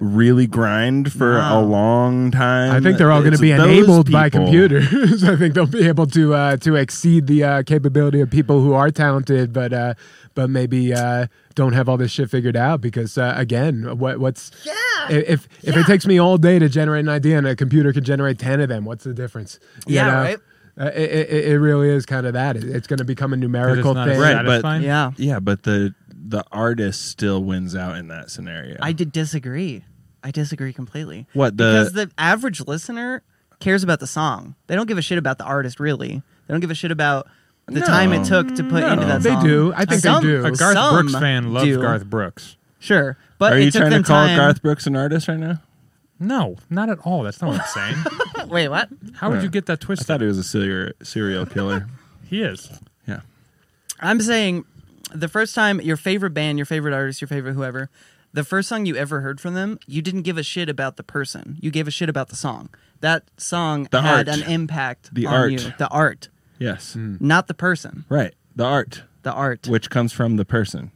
Speaker 4: really grind for a long time.
Speaker 3: I think they're all going to
Speaker 4: It's
Speaker 3: be
Speaker 4: those
Speaker 3: enabled by
Speaker 4: people.
Speaker 3: computers. I think they'll be able to uh, to exceed the uh, capability of people who are talented, but uh, but maybe uh, don't have all this shit figured out because uh, again, what what's yeah. if if it takes me all day to generate an idea and a computer could generate ten of them, what's the difference?
Speaker 2: Yeah, right.
Speaker 3: Uh, it, it, it really is kind of that. It- it's going to become a numerical
Speaker 1: not a
Speaker 3: thing.
Speaker 1: Right.
Speaker 4: Right, but
Speaker 1: Satisfying?
Speaker 2: Yeah.
Speaker 4: yeah, but the the artist still wins out in that scenario.
Speaker 2: I did disagree. I disagree completely.
Speaker 4: What, the-
Speaker 2: because the average listener cares about the song. They don't give a shit about the artist really. They don't give a shit about the
Speaker 4: No.
Speaker 2: time it took to put into that
Speaker 3: They
Speaker 2: song.
Speaker 3: do. I think they
Speaker 2: Some-
Speaker 3: do.
Speaker 1: A Garth
Speaker 2: some
Speaker 1: Brooks fan loves
Speaker 2: do.
Speaker 1: Garth Brooks.
Speaker 2: Sure, but
Speaker 4: Are
Speaker 2: it
Speaker 4: you
Speaker 2: took
Speaker 4: trying
Speaker 2: them
Speaker 4: to call
Speaker 2: time.
Speaker 4: Garth Brooks an artist right now?
Speaker 1: No, not at all. That's not what I'm saying.
Speaker 2: Wait, what?
Speaker 1: How would
Speaker 4: Yeah.
Speaker 1: you get that
Speaker 4: I
Speaker 1: twisted?
Speaker 4: thought he was a serial serial killer.
Speaker 1: he is.
Speaker 4: yeah.
Speaker 2: I'm saying the first time your favorite band, your favorite artist, your favorite whoever, the first song you ever heard from them, you didn't give a shit about the person. You gave a shit about the song. That song
Speaker 4: The
Speaker 2: had
Speaker 4: art.
Speaker 2: an impact
Speaker 4: The
Speaker 2: on
Speaker 4: art.
Speaker 2: you. The art,
Speaker 4: Yes.
Speaker 3: Hmm.
Speaker 2: not the person.
Speaker 4: Right. The art,
Speaker 2: The art.
Speaker 4: which comes from the person.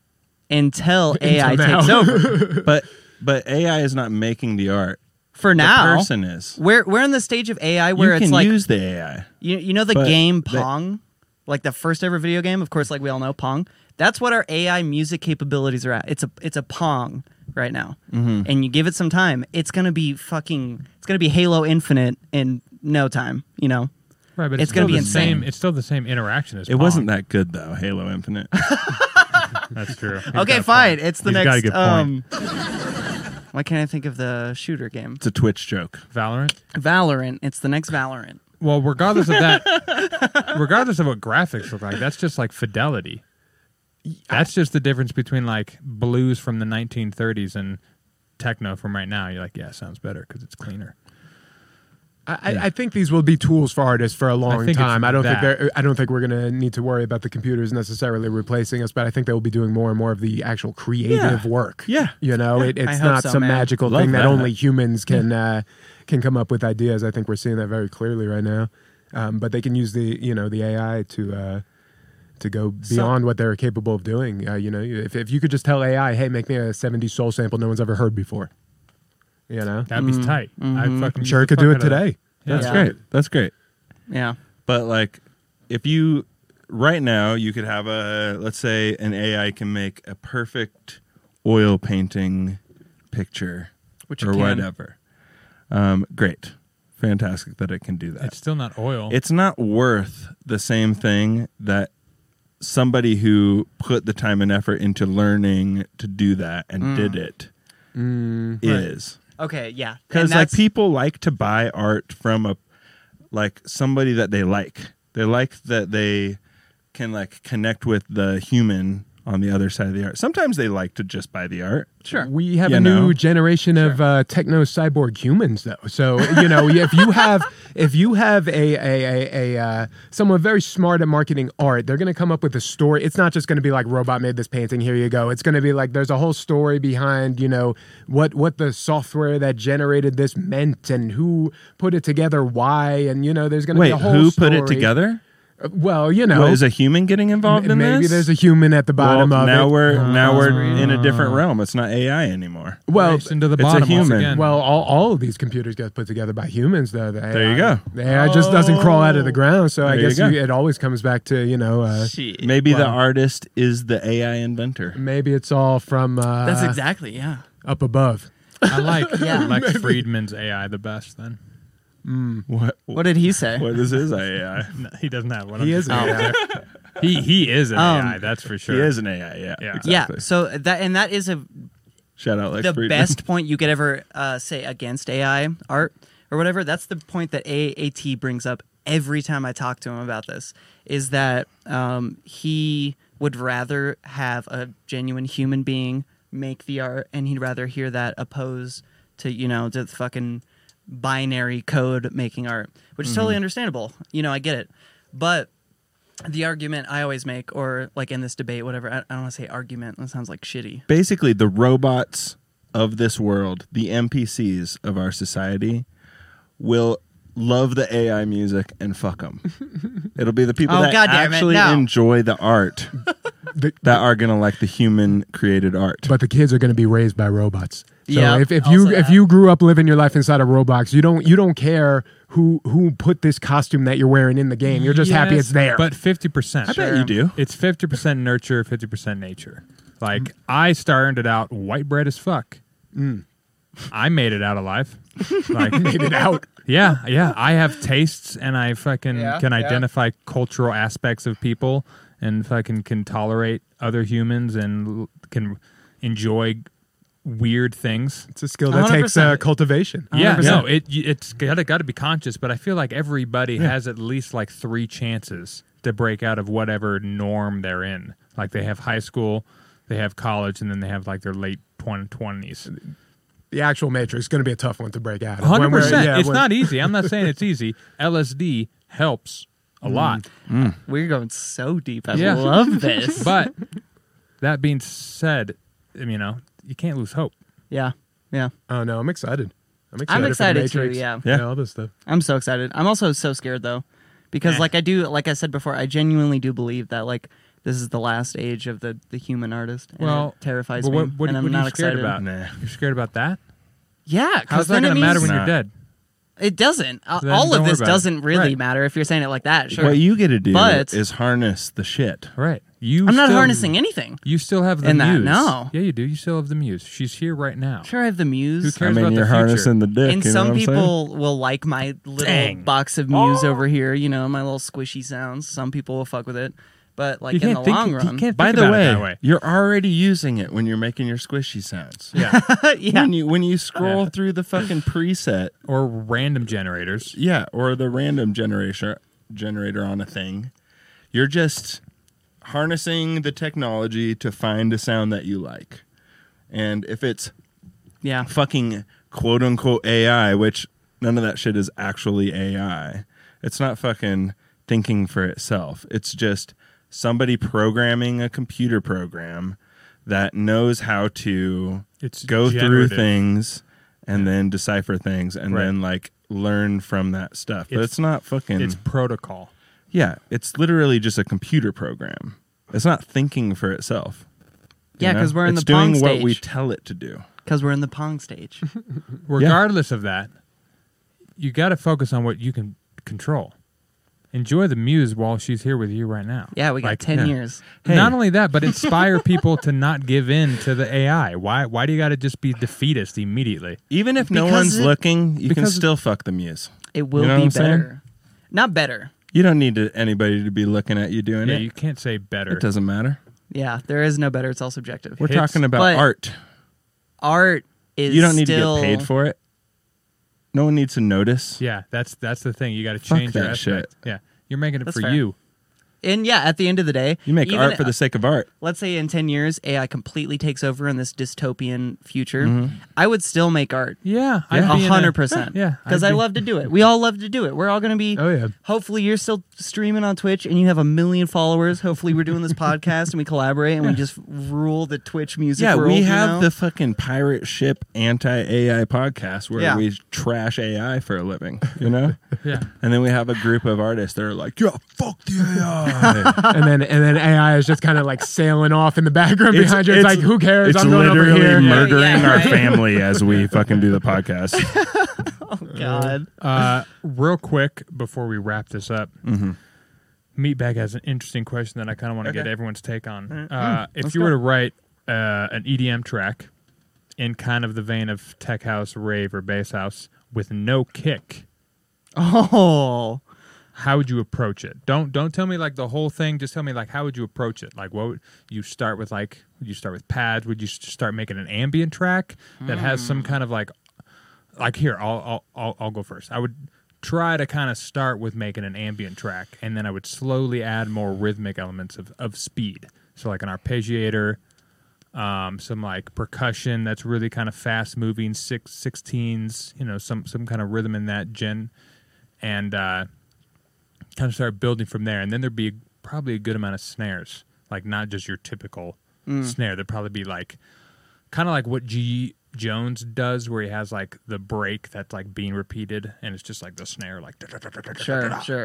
Speaker 2: Until AI
Speaker 1: now.
Speaker 2: takes over.
Speaker 4: But but AI is not making the art.
Speaker 2: For now,
Speaker 4: the person is.
Speaker 2: we're we're in the stage of AI where
Speaker 4: you
Speaker 2: it's
Speaker 4: can
Speaker 2: like
Speaker 4: use the AI.
Speaker 2: You, you know the
Speaker 4: But
Speaker 2: game
Speaker 4: they-
Speaker 2: Pong, like the first ever video game. Of course, like we all know Pong. That's what our AI music capabilities are at. It's a it's a Pong right now,
Speaker 4: Mm-hmm.
Speaker 2: and you give it some time, it's gonna be fucking. It's gonna be Halo Infinite in no time. You know,
Speaker 1: Right, but
Speaker 2: It's
Speaker 1: it's,
Speaker 2: gonna
Speaker 1: still
Speaker 2: be
Speaker 1: the
Speaker 2: insane.
Speaker 1: Same, it's still the same interaction as
Speaker 2: Oh.
Speaker 4: It wasn't that good though, Halo Infinite.
Speaker 1: That's true. He's got
Speaker 2: okay,
Speaker 1: a
Speaker 2: fine.
Speaker 1: point.
Speaker 2: It's the
Speaker 1: He's got a
Speaker 2: next.
Speaker 1: good
Speaker 2: um, why can't I think of the shooter game?
Speaker 4: it's a Twitch joke.
Speaker 1: Valorant.
Speaker 2: Valorant. It's the next Valorant.
Speaker 1: Well, regardless of that, regardless of what graphics look like, that's just like fidelity. That's just the difference between like blues from the 1930s and techno from right now. You're like, yeah, it sounds better because it's cleaner.
Speaker 3: I, I- I think these will be tools for artists for a long
Speaker 1: think it's
Speaker 3: time. I don't
Speaker 1: that.
Speaker 3: think they're, I don't think we're going to need to worry about the computers necessarily replacing us, but I think they will be doing more and more of the actual creative
Speaker 4: Yeah.
Speaker 3: work.
Speaker 4: Yeah.
Speaker 3: you know, it,
Speaker 2: I
Speaker 3: it's
Speaker 2: hope
Speaker 3: not
Speaker 2: so,
Speaker 3: some
Speaker 2: man.
Speaker 3: magical
Speaker 4: Love
Speaker 3: thing that,
Speaker 4: that.
Speaker 3: only humans can uh, can come up with ideas. I think we're seeing that very clearly right now. Um, but they can use the you know the AI to. Uh, to go beyond what they're capable of doing, uh, you know, if, if you could just tell AI, "Hey, make me a '70s soul sample no one's ever heard before," you know,
Speaker 1: That'd be tight. I'd fucking
Speaker 3: I'm
Speaker 1: use
Speaker 3: Mm, mm-hmm. sure
Speaker 1: the
Speaker 3: it could do
Speaker 1: fuck out
Speaker 3: it
Speaker 1: of that.
Speaker 3: today.
Speaker 1: Yeah.
Speaker 4: That's
Speaker 2: Yeah.
Speaker 4: great. That's great.
Speaker 2: Yeah.
Speaker 4: But like, if you right now you could have a let's say an AI can make a perfect oil painting picture,
Speaker 2: Which it
Speaker 4: or
Speaker 2: can.
Speaker 4: whatever. Um, great, fantastic that it can do that.
Speaker 1: It's still not oil.
Speaker 4: it's not worth the same thing that somebody who put the time and effort into learning to do that and
Speaker 3: Mm.
Speaker 4: did it is
Speaker 2: Okay. Yeah.
Speaker 4: because
Speaker 2: And
Speaker 4: like
Speaker 2: that's-
Speaker 4: people like to buy art from a like somebody that they like they like that they can like connect with the human on the other side of the art sometimes they like to just buy the art
Speaker 2: Sure.
Speaker 3: We have
Speaker 4: You
Speaker 3: a new
Speaker 4: know?
Speaker 3: generation of uh, techno cyborg humans, though. So you know, if you have if you have a a a, a uh, someone very smart at marketing art, they're going to come up with a story. It's not just going to be like robot made this painting. Here you go. It's going to be like there's a whole story behind you know what what the software that generated this meant and who put it together, why, and you know there's going to be
Speaker 4: wait
Speaker 3: a whole
Speaker 4: who put it
Speaker 3: story.
Speaker 4: together
Speaker 3: Uh, Well, you know,
Speaker 4: What, is a human getting involved in
Speaker 3: maybe
Speaker 4: this
Speaker 3: there's a human at the bottom
Speaker 4: well,
Speaker 3: of
Speaker 4: now
Speaker 3: it.
Speaker 4: we're
Speaker 2: Oh,
Speaker 4: now we're in a different realm it's not ai anymore
Speaker 3: well,
Speaker 1: Raced into the
Speaker 4: it's a
Speaker 1: bottom once
Speaker 4: human.
Speaker 1: again.
Speaker 3: Well, all, all of these computers get put together by humans, though. The
Speaker 4: There you
Speaker 3: AI
Speaker 4: go.
Speaker 3: The AI just doesn't crawl out of the ground, so I
Speaker 4: There you
Speaker 3: guess
Speaker 4: go.
Speaker 3: you it always comes back to you know uh,
Speaker 4: maybe the
Speaker 3: Wow.
Speaker 4: artist is the ai inventor
Speaker 3: maybe it's all from uh,
Speaker 2: That's exactly. Yeah.
Speaker 3: up above.
Speaker 1: I like
Speaker 2: Yeah.
Speaker 1: Lex Friedman's AI the best. Then
Speaker 4: what
Speaker 2: What did he say?
Speaker 4: what is his AI?
Speaker 1: no, he doesn't have one.
Speaker 3: He is.
Speaker 1: Oh.
Speaker 3: AI.
Speaker 1: He he is an
Speaker 2: Um,
Speaker 1: AI. That's for sure.
Speaker 4: He is an AI, yeah.
Speaker 1: Yeah.
Speaker 2: Yeah. So that and that is a
Speaker 4: Shout out, Lex
Speaker 2: the
Speaker 4: Friedman.
Speaker 2: best point you could ever uh, say against AI art or whatever. That's the point that AAT brings up every time I talk to him about this. Is that um, he would rather have a genuine human being make the art, and he'd rather hear that opposed to you know to the fucking binary code making art, which is totally understandable. You know, I get it, but the argument I always make, or like in this debate, whatever, I, I don't want to say argument. That sounds like shitty.
Speaker 4: basically the robots of this world, the NPCs of our society, will love the AI music and fuck them. It'll be the people
Speaker 2: Oh,
Speaker 4: that
Speaker 2: goddamn it,
Speaker 4: actually
Speaker 2: no.
Speaker 4: enjoy the art
Speaker 3: The-
Speaker 4: that are gonna like the human created art.
Speaker 3: but the kids are going to be raised by robots. So
Speaker 2: Yeah,
Speaker 3: if, if
Speaker 2: also
Speaker 3: you if
Speaker 2: that.
Speaker 3: you grew up living your life inside of Roblox, you don't you don't care who who put this costume that you're wearing in the game. You're just happy
Speaker 1: Yes,
Speaker 3: it's there.
Speaker 1: But fifty percent.
Speaker 4: I bet you do.
Speaker 1: It's fifty percent nurture, fifty percent nature. Like I started out white bread as fuck.
Speaker 2: Mm.
Speaker 1: I made it out alive. Like
Speaker 3: made it out.
Speaker 1: yeah, yeah. I have tastes and I fucking
Speaker 2: Yeah,
Speaker 1: can
Speaker 2: yeah.
Speaker 1: identify cultural aspects of people and fucking can tolerate other humans and l- can enjoy weird things.
Speaker 3: It's a skill that takes uh,
Speaker 2: 100%.
Speaker 3: cultivation.
Speaker 1: Yeah,
Speaker 2: 100%.
Speaker 1: no, it y- it's gotta gotta be conscious, but I feel like everybody has at least like three chances to break out of whatever norm they're in. Like they have high school, they have college, and then they have like their late twenties.
Speaker 3: The actual Matrix is going to be a tough one to break out. of.
Speaker 1: Hundred
Speaker 3: When we're-
Speaker 1: percent.
Speaker 3: yeah,
Speaker 1: It's
Speaker 3: when-
Speaker 1: not easy. I'm not saying it's easy. LSD helps a lot,
Speaker 2: We're going so deep. I
Speaker 1: Yeah.
Speaker 2: love this.
Speaker 1: but that being said, you know you can't lose hope.
Speaker 2: yeah, yeah.
Speaker 3: Oh no, I'm excited. I'm excited.
Speaker 2: I'm
Speaker 3: for
Speaker 2: excited
Speaker 3: the
Speaker 2: too,
Speaker 3: Matrix.
Speaker 2: yeah.
Speaker 4: Yeah.
Speaker 3: all this stuff.
Speaker 2: I'm so excited. I'm also so scared though, because like I do, like I said before, I genuinely do believe that like this is the last age of the the human artist. And
Speaker 1: Well,
Speaker 2: it terrifies
Speaker 1: but
Speaker 2: me,
Speaker 1: what, what,
Speaker 2: and I'm
Speaker 1: what are
Speaker 2: not
Speaker 1: you scared
Speaker 2: excited
Speaker 1: about?
Speaker 4: Nah.
Speaker 1: You're scared about that?
Speaker 2: Yeah,
Speaker 1: How's
Speaker 2: because
Speaker 1: that
Speaker 2: then
Speaker 1: going
Speaker 2: it
Speaker 1: to matter
Speaker 2: means-
Speaker 1: when
Speaker 4: Nah.
Speaker 1: you're dead?
Speaker 2: It doesn't. Uh,
Speaker 1: Then
Speaker 2: All
Speaker 1: don't
Speaker 2: of
Speaker 1: worry
Speaker 2: this
Speaker 1: about it.
Speaker 2: doesn't really
Speaker 1: Right.
Speaker 2: matter if you're saying it like that. Sure,
Speaker 4: What you get to do
Speaker 2: But-
Speaker 4: is harness the shit.
Speaker 1: Right. You.
Speaker 2: I'm not
Speaker 1: still-
Speaker 2: harnessing anything.
Speaker 1: You still have the
Speaker 2: in that,
Speaker 1: muse.
Speaker 2: no.
Speaker 1: Yeah, you do. You still have the muse. She's here right now.
Speaker 2: Sure, I have the
Speaker 1: Who
Speaker 2: muse.
Speaker 1: cares
Speaker 4: I mean,
Speaker 1: about
Speaker 4: you're
Speaker 1: the future?
Speaker 4: harnessing the dick.
Speaker 2: And
Speaker 4: you know
Speaker 2: some
Speaker 4: what I'm saying?
Speaker 2: people will like my little
Speaker 1: Dang. Oh.
Speaker 2: box of muse over here, you know, my little squishy sounds. Some people will fuck with it. But like
Speaker 1: You
Speaker 2: in
Speaker 1: can't
Speaker 2: the
Speaker 1: think-
Speaker 2: long
Speaker 1: you
Speaker 2: run,
Speaker 1: can't-
Speaker 4: By
Speaker 1: Think
Speaker 4: the
Speaker 1: about it
Speaker 4: way,
Speaker 1: that way.
Speaker 4: you're already using it when you're making your squishy sounds.
Speaker 1: Yeah.
Speaker 2: yeah.
Speaker 4: When you when you scroll
Speaker 1: Yeah.
Speaker 4: through the fucking preset,
Speaker 1: or random generators.
Speaker 4: yeah, or the random generator generator on a thing, you're just harnessing the technology to find a sound that you like. And if it's
Speaker 2: Yeah.
Speaker 4: fucking quote unquote AI, which none of that shit is actually AI. It's not fucking thinking for itself. It's just somebody programming a computer program that knows how to
Speaker 1: It's
Speaker 4: go
Speaker 1: generative.
Speaker 4: through things and then decipher things and
Speaker 1: Right.
Speaker 4: then like learn from that stuff. But
Speaker 1: It's-
Speaker 4: it's, not fucking
Speaker 1: It's protocol.
Speaker 4: yeah, it's literally just a computer program. It's not thinking for itself. you
Speaker 2: Yeah,
Speaker 4: know?
Speaker 2: because we're in
Speaker 4: It's
Speaker 2: the pong
Speaker 4: doing what we
Speaker 2: stage.
Speaker 4: tell it to do.
Speaker 2: Because we're in the pong stage.
Speaker 1: Regardless of that, you got to focus on what you can control. Enjoy the muse while she's here with you right now.
Speaker 2: Yeah, we got
Speaker 1: Like,
Speaker 2: ten
Speaker 1: yeah.
Speaker 2: years.
Speaker 1: Not only that, but inspire people to not give in to the AI. Why? Why do you got to just be defeatist immediately?
Speaker 4: Even if no
Speaker 2: Because
Speaker 4: one's
Speaker 2: it-
Speaker 4: looking, you can
Speaker 1: because-
Speaker 4: still fuck the muse.
Speaker 2: It will
Speaker 4: You know what
Speaker 2: be
Speaker 4: I'm saying?
Speaker 2: better. Not better.
Speaker 4: You don't need to, anybody to be looking at you doing
Speaker 1: Yeah,
Speaker 4: it.
Speaker 1: you can't say better.
Speaker 4: it doesn't matter.
Speaker 2: Yeah, there is no better. It's all subjective.
Speaker 4: We're
Speaker 1: Hits.
Speaker 4: talking about
Speaker 2: But-
Speaker 4: art.
Speaker 2: Art is
Speaker 4: You don't need
Speaker 2: still,
Speaker 4: to get paid for it. No one needs to notice.
Speaker 1: Yeah, that's that's the thing. You got to
Speaker 4: Fuck
Speaker 1: change your
Speaker 4: that
Speaker 1: aspect. Yeah, you're making it
Speaker 2: That's
Speaker 1: for
Speaker 2: fair.
Speaker 1: you.
Speaker 2: And yeah, at the end of the day,
Speaker 4: You make
Speaker 2: even-
Speaker 4: art for the sake of art.
Speaker 2: Let's say in ten years, AI completely takes over in this dystopian future.
Speaker 4: Mm-hmm.
Speaker 2: I would still make art.
Speaker 1: Yeah,
Speaker 2: A
Speaker 1: I'd be in
Speaker 2: hundred percent.
Speaker 1: Yeah,
Speaker 2: because
Speaker 1: I'd
Speaker 2: I
Speaker 1: be-
Speaker 2: love to do it. We all love to do it. We're all going to be.
Speaker 3: Oh, yeah.
Speaker 2: Hopefully, you're still streaming on Twitch and you have a million followers. Hopefully, we're doing this podcast and we collaborate and we just rule the Twitch music.
Speaker 4: Yeah,
Speaker 2: world,
Speaker 4: we
Speaker 2: you
Speaker 4: have
Speaker 2: know?
Speaker 4: the fucking pirate ship anti AI podcast where
Speaker 2: Yeah.
Speaker 4: we trash AI for a living, you know?
Speaker 1: Yeah.
Speaker 4: and then we have a group of artists that are like, yeah, fuck the AI.
Speaker 3: and then and then AI is just kind of like sailing off in the background behind you. It's, like who cares?
Speaker 4: It's
Speaker 3: I'm going over
Speaker 4: literally
Speaker 3: here.
Speaker 2: mur-
Speaker 4: murdering
Speaker 2: Yeah,
Speaker 4: our
Speaker 2: right.
Speaker 4: family as we fucking do the podcast.
Speaker 2: Oh, God.
Speaker 1: Uh, real quick before we wrap this up, Meatbag has an interesting question that I kind of want to get
Speaker 4: Okay.
Speaker 1: everyone's take on. Uh, if you were to write uh, an EDM track in kind of the vein of tech house, rave, or bass house with no kick,
Speaker 2: Oh,
Speaker 1: how would you approach it? Don't don't tell me like the whole thing. Just tell me like how would you approach it? Like what would you start with? Like would you start with pads? Would you s- start making an ambient track that has some kind of like like here? I'll I'll I'll, I'll go first. I would try to kind of start with making an ambient track, and then I would slowly add more rhythmic elements of of speed. So like an arpeggiator. Um, some like percussion that's really kind of fast moving six sixteens, you know, some some kind of rhythm in that gen, and uh, kind of start building from there, and then there'd be probably a good amount of snares, like not just your typical
Speaker 2: Mm.
Speaker 1: snare. There'd probably be like kind of like what G Jones does, where he has like the break that's like being repeated, and it's just like the snare, like da- da- da- da- da- da- da-
Speaker 2: sure,
Speaker 1: da,
Speaker 2: sure.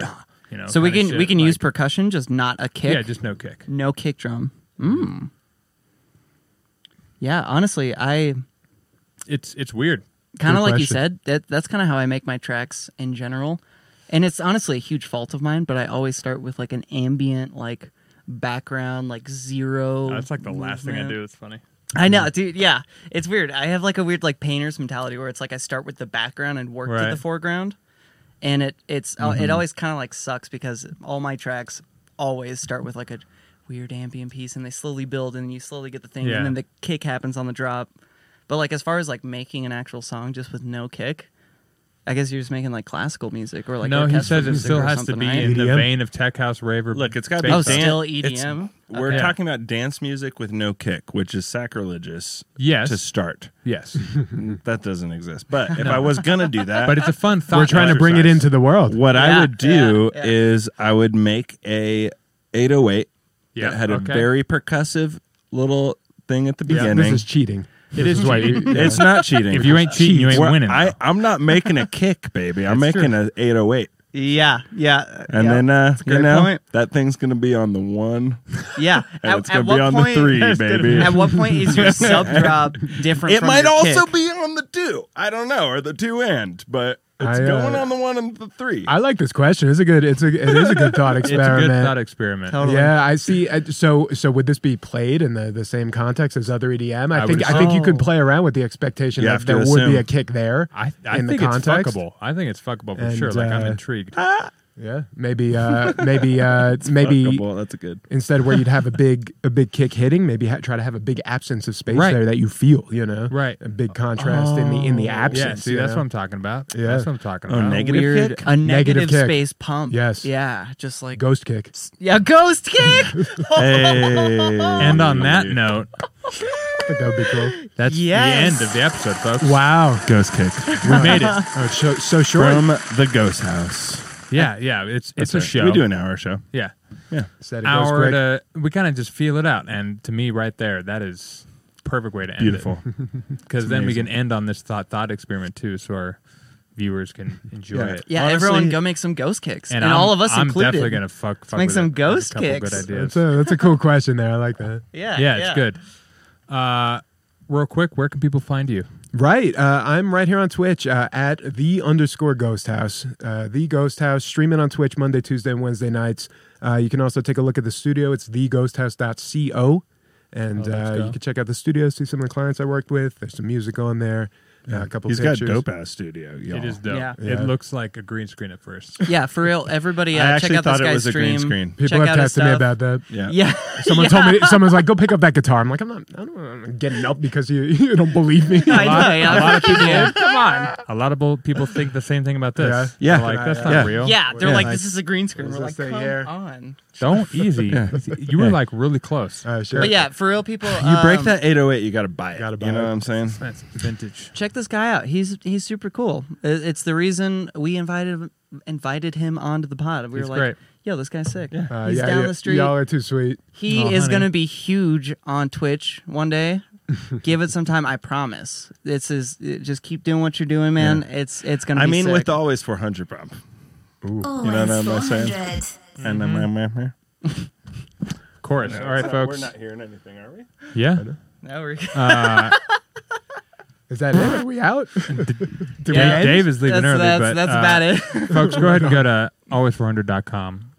Speaker 1: you know.
Speaker 2: So we
Speaker 1: kinda
Speaker 2: can we
Speaker 1: shit,
Speaker 2: can use
Speaker 1: like-
Speaker 2: percussion, just not a kick.
Speaker 1: yeah, just no kick.
Speaker 2: no kick drum. Mm. Yeah, honestly, I
Speaker 1: It's it's weird.
Speaker 2: kind of like you
Speaker 3: question.
Speaker 2: said that that's kind of how I make my tracks in general, and it's honestly a huge fault of mine. But I always start with like an ambient like background, like zero.
Speaker 1: That's like the last thing I
Speaker 2: movement.
Speaker 1: do. It's funny.
Speaker 2: I know,
Speaker 1: Mm.
Speaker 2: dude. Yeah, it's weird. I have like a weird like painter's mentality where it's like I start with the background and work to
Speaker 1: Right. Mm-hmm.
Speaker 2: the foreground, uh, and it it's it always kind of like sucks because all my tracks always start with like a weird ambient piece and they slowly build and you slowly get the thing
Speaker 1: Yeah.
Speaker 2: and then the kick happens on the drop. But like as far as like making an actual song just with no kick, I guess you're just making like classical music or like
Speaker 1: no, he
Speaker 2: orchestral
Speaker 1: says it
Speaker 2: music
Speaker 1: still
Speaker 2: or
Speaker 1: has to
Speaker 2: something,
Speaker 1: be
Speaker 2: right?
Speaker 1: in the
Speaker 3: EDM?
Speaker 1: vein of tech house rave. Or
Speaker 4: Look, it's got to be
Speaker 1: bass.
Speaker 2: Oh,
Speaker 4: dance.
Speaker 2: still
Speaker 4: it's-
Speaker 2: EDM?
Speaker 4: We're
Speaker 1: Okay.
Speaker 4: talking about dance music with no kick, which is sacrilegious
Speaker 1: Yes.
Speaker 4: to start.
Speaker 1: yes,
Speaker 4: That doesn't exist. But if I was gonna do that,
Speaker 1: but it's a fun thought.
Speaker 3: We're trying to bring it
Speaker 1: exercise.
Speaker 3: into the world.
Speaker 4: what I
Speaker 2: Yeah,
Speaker 4: would do
Speaker 2: yeah, yeah.
Speaker 4: is I would make a 808
Speaker 1: Yeah,
Speaker 4: that had a
Speaker 1: okay.
Speaker 4: very percussive little thing at the
Speaker 3: This,
Speaker 4: beginning.
Speaker 3: this is cheating.
Speaker 1: It is cheating.
Speaker 4: it's not cheating.
Speaker 1: If you ain't cheating, you ain't
Speaker 4: Well,
Speaker 1: winning.
Speaker 4: I,
Speaker 1: though.
Speaker 4: I'm not making a kick, baby. I'm
Speaker 1: That's
Speaker 4: making an 808.
Speaker 2: Yeah, yeah.
Speaker 4: And
Speaker 2: yeah.
Speaker 4: then, uh, you
Speaker 2: great
Speaker 4: know,
Speaker 2: point.
Speaker 4: that thing's going to be on the one
Speaker 2: yeah.
Speaker 4: and
Speaker 2: at,
Speaker 4: it's
Speaker 2: at
Speaker 4: going to
Speaker 2: what
Speaker 4: be on
Speaker 2: point,
Speaker 4: the three,
Speaker 1: That's gonna
Speaker 4: baby.
Speaker 2: At what point is your sub drop different?
Speaker 4: It
Speaker 2: from
Speaker 4: might
Speaker 2: your
Speaker 4: also
Speaker 2: kick?
Speaker 4: be on the two. I don't know, or the two end, but it's
Speaker 3: I, uh,
Speaker 4: going on the one and the three.
Speaker 3: I like this question. It's a good. It's a. It is a good thought
Speaker 1: It's a
Speaker 3: experiment.
Speaker 1: good thought experiment.
Speaker 2: Totally.
Speaker 3: Yeah, I see. I- So, so would this be played in the, the same context as other EDM? I,
Speaker 1: I
Speaker 3: think
Speaker 1: would
Speaker 3: I think you
Speaker 2: assume.
Speaker 3: could play around with the expectation
Speaker 4: You
Speaker 3: that
Speaker 4: have to
Speaker 3: there would be
Speaker 4: assume.
Speaker 3: a kick there.
Speaker 1: I, I
Speaker 3: in the
Speaker 1: think
Speaker 3: context.
Speaker 1: it's fuckable. I think it's fuckable for
Speaker 3: And,
Speaker 1: sure. Like I'm
Speaker 3: uh,
Speaker 1: intrigued.
Speaker 4: Ah,
Speaker 3: Yeah, maybe, uh, maybe, uh, maybe
Speaker 4: Fuckable, that's a good.
Speaker 3: instead where you'd have a big a big kick hitting, maybe ha- try to have a big absence of space
Speaker 1: Right.
Speaker 3: there that you feel. You know,
Speaker 1: Right. Oh,
Speaker 3: A big contrast in the in the absence.
Speaker 1: yeah, see,
Speaker 3: you
Speaker 1: that's
Speaker 3: know?
Speaker 1: what I'm talking about.
Speaker 3: Yeah.
Speaker 1: That's what I'm talking
Speaker 4: Oh,
Speaker 1: about.
Speaker 4: negative
Speaker 2: Weird,
Speaker 4: kick?
Speaker 2: a negative,
Speaker 3: Negative kick.
Speaker 2: space pump.
Speaker 3: Yes.
Speaker 2: Yeah, just like
Speaker 3: Ghost kick.
Speaker 2: yeah, ghost kick.
Speaker 1: And on that note,
Speaker 3: I think that would be cool.
Speaker 1: that's
Speaker 2: Yes.
Speaker 1: the end of the episode, folks.
Speaker 3: Wow.
Speaker 4: ghost kick
Speaker 1: We made it.
Speaker 3: Oh, it's so, so short.
Speaker 4: from the ghost house.
Speaker 1: Yeah, yeah. It's it's
Speaker 4: That's
Speaker 1: a
Speaker 4: right.
Speaker 1: show.
Speaker 4: We do an hour show.
Speaker 1: Yeah.
Speaker 4: Yeah.
Speaker 3: Said it goes
Speaker 1: Hour
Speaker 3: quick.
Speaker 1: to we kind of just feel it out, and to me, right there, that is perfect way to end
Speaker 4: Beautiful.
Speaker 1: Because then we
Speaker 4: amazing.
Speaker 1: can end on this thought thought experiment too, so our viewers can enjoy
Speaker 4: Yeah.
Speaker 1: it.
Speaker 2: Yeah,
Speaker 4: Honestly-
Speaker 2: everyone go make some ghost kicks, and,
Speaker 1: I'm-
Speaker 2: all of us
Speaker 1: I'm
Speaker 2: included.
Speaker 1: definitely gonna fuck, fuck
Speaker 2: make
Speaker 1: with
Speaker 2: some
Speaker 1: it. There's
Speaker 2: ghost
Speaker 1: a couple
Speaker 2: kicks.
Speaker 1: Good ideas.
Speaker 3: That's a that's a cool question there. I like that.
Speaker 2: Yeah,
Speaker 1: yeah, it's good. Uh, real quick, where can people find you?
Speaker 3: Right. Uh, I'm right here on Twitch uh, at the underscore ghost house. Uh, the ghost house streaming on Twitch Monday, Tuesday, and Wednesday nights. Uh, you can also take a look at the studio. It's theghosthouse.co. And
Speaker 1: Oh, let's
Speaker 3: uh,
Speaker 1: go.
Speaker 3: you can check out the studio, see some of the clients I worked with. There's some music on there, uh, a couple
Speaker 4: He's got
Speaker 3: pictures.
Speaker 4: dope ass studio. Y'all.
Speaker 1: It is dope.
Speaker 2: Yeah.
Speaker 3: Yeah.
Speaker 1: It looks like a green screen at first.
Speaker 2: Yeah, for real. Everybody,
Speaker 4: I
Speaker 2: uh, check
Speaker 4: actually
Speaker 2: out this
Speaker 4: thought it
Speaker 2: guy's
Speaker 4: was a
Speaker 2: stream.
Speaker 4: green screen.
Speaker 3: People
Speaker 2: check
Speaker 3: have
Speaker 2: out his
Speaker 3: texted
Speaker 2: stuff.
Speaker 3: me about that.
Speaker 4: Yeah.
Speaker 2: Yeah,
Speaker 3: Someone
Speaker 2: Yeah.
Speaker 3: told me, someone's like, go pick up that guitar. I'm like, I'm not, I don't, I'm getting up because you, you don't believe me.
Speaker 2: I know.
Speaker 1: a lot
Speaker 2: Yeah,
Speaker 1: of people, come on. A lot of bo- people think the same thing about this.
Speaker 3: Yeah.
Speaker 1: They're
Speaker 4: Yeah.
Speaker 1: like that's not
Speaker 4: Yeah.
Speaker 1: real.
Speaker 2: yeah they're
Speaker 4: Yeah.
Speaker 2: like, this is a green screen.
Speaker 3: What
Speaker 2: We're
Speaker 3: does
Speaker 2: like,
Speaker 3: this
Speaker 2: come
Speaker 3: say here?"
Speaker 2: on.
Speaker 1: Don't easy. You were like really close.
Speaker 3: Uh, sure.
Speaker 2: But yeah, for real, people.
Speaker 4: You break
Speaker 2: um,
Speaker 4: that 808, you got to buy it.
Speaker 3: Gotta buy
Speaker 4: you know
Speaker 3: it.
Speaker 4: what I'm saying?
Speaker 1: That's vintage.
Speaker 2: check this guy out. He's he's super cool. I- It's the reason we invited invited him onto the pod. We
Speaker 1: He's
Speaker 2: were like,
Speaker 1: great.
Speaker 2: yo, this guy's sick.
Speaker 3: Uh,
Speaker 2: he's down the street.
Speaker 3: Y'all are too sweet.
Speaker 2: He
Speaker 1: Oh,
Speaker 2: is
Speaker 1: honey.
Speaker 2: going to be huge on Twitch one day. Give it some time, I promise. It's is just keep doing what you're doing, man. It's it's going to.
Speaker 4: I mean,
Speaker 2: sick.
Speaker 4: with the always 400 prompt.
Speaker 5: Always
Speaker 4: You know what I'm
Speaker 5: 400.
Speaker 4: saying? And I'm, I'm, I'm, I'm-
Speaker 1: Of course. All right, folks.
Speaker 4: hearing anything, are we?
Speaker 1: yeah.
Speaker 2: Now we're-
Speaker 3: Is that it? Are we out?
Speaker 1: Dave-
Speaker 2: Yeah.
Speaker 1: Dave is leaving
Speaker 2: that's
Speaker 1: early,
Speaker 2: that's,
Speaker 1: but
Speaker 2: that's
Speaker 1: uh,
Speaker 2: about it.
Speaker 1: folks, go ahead and go to always400.com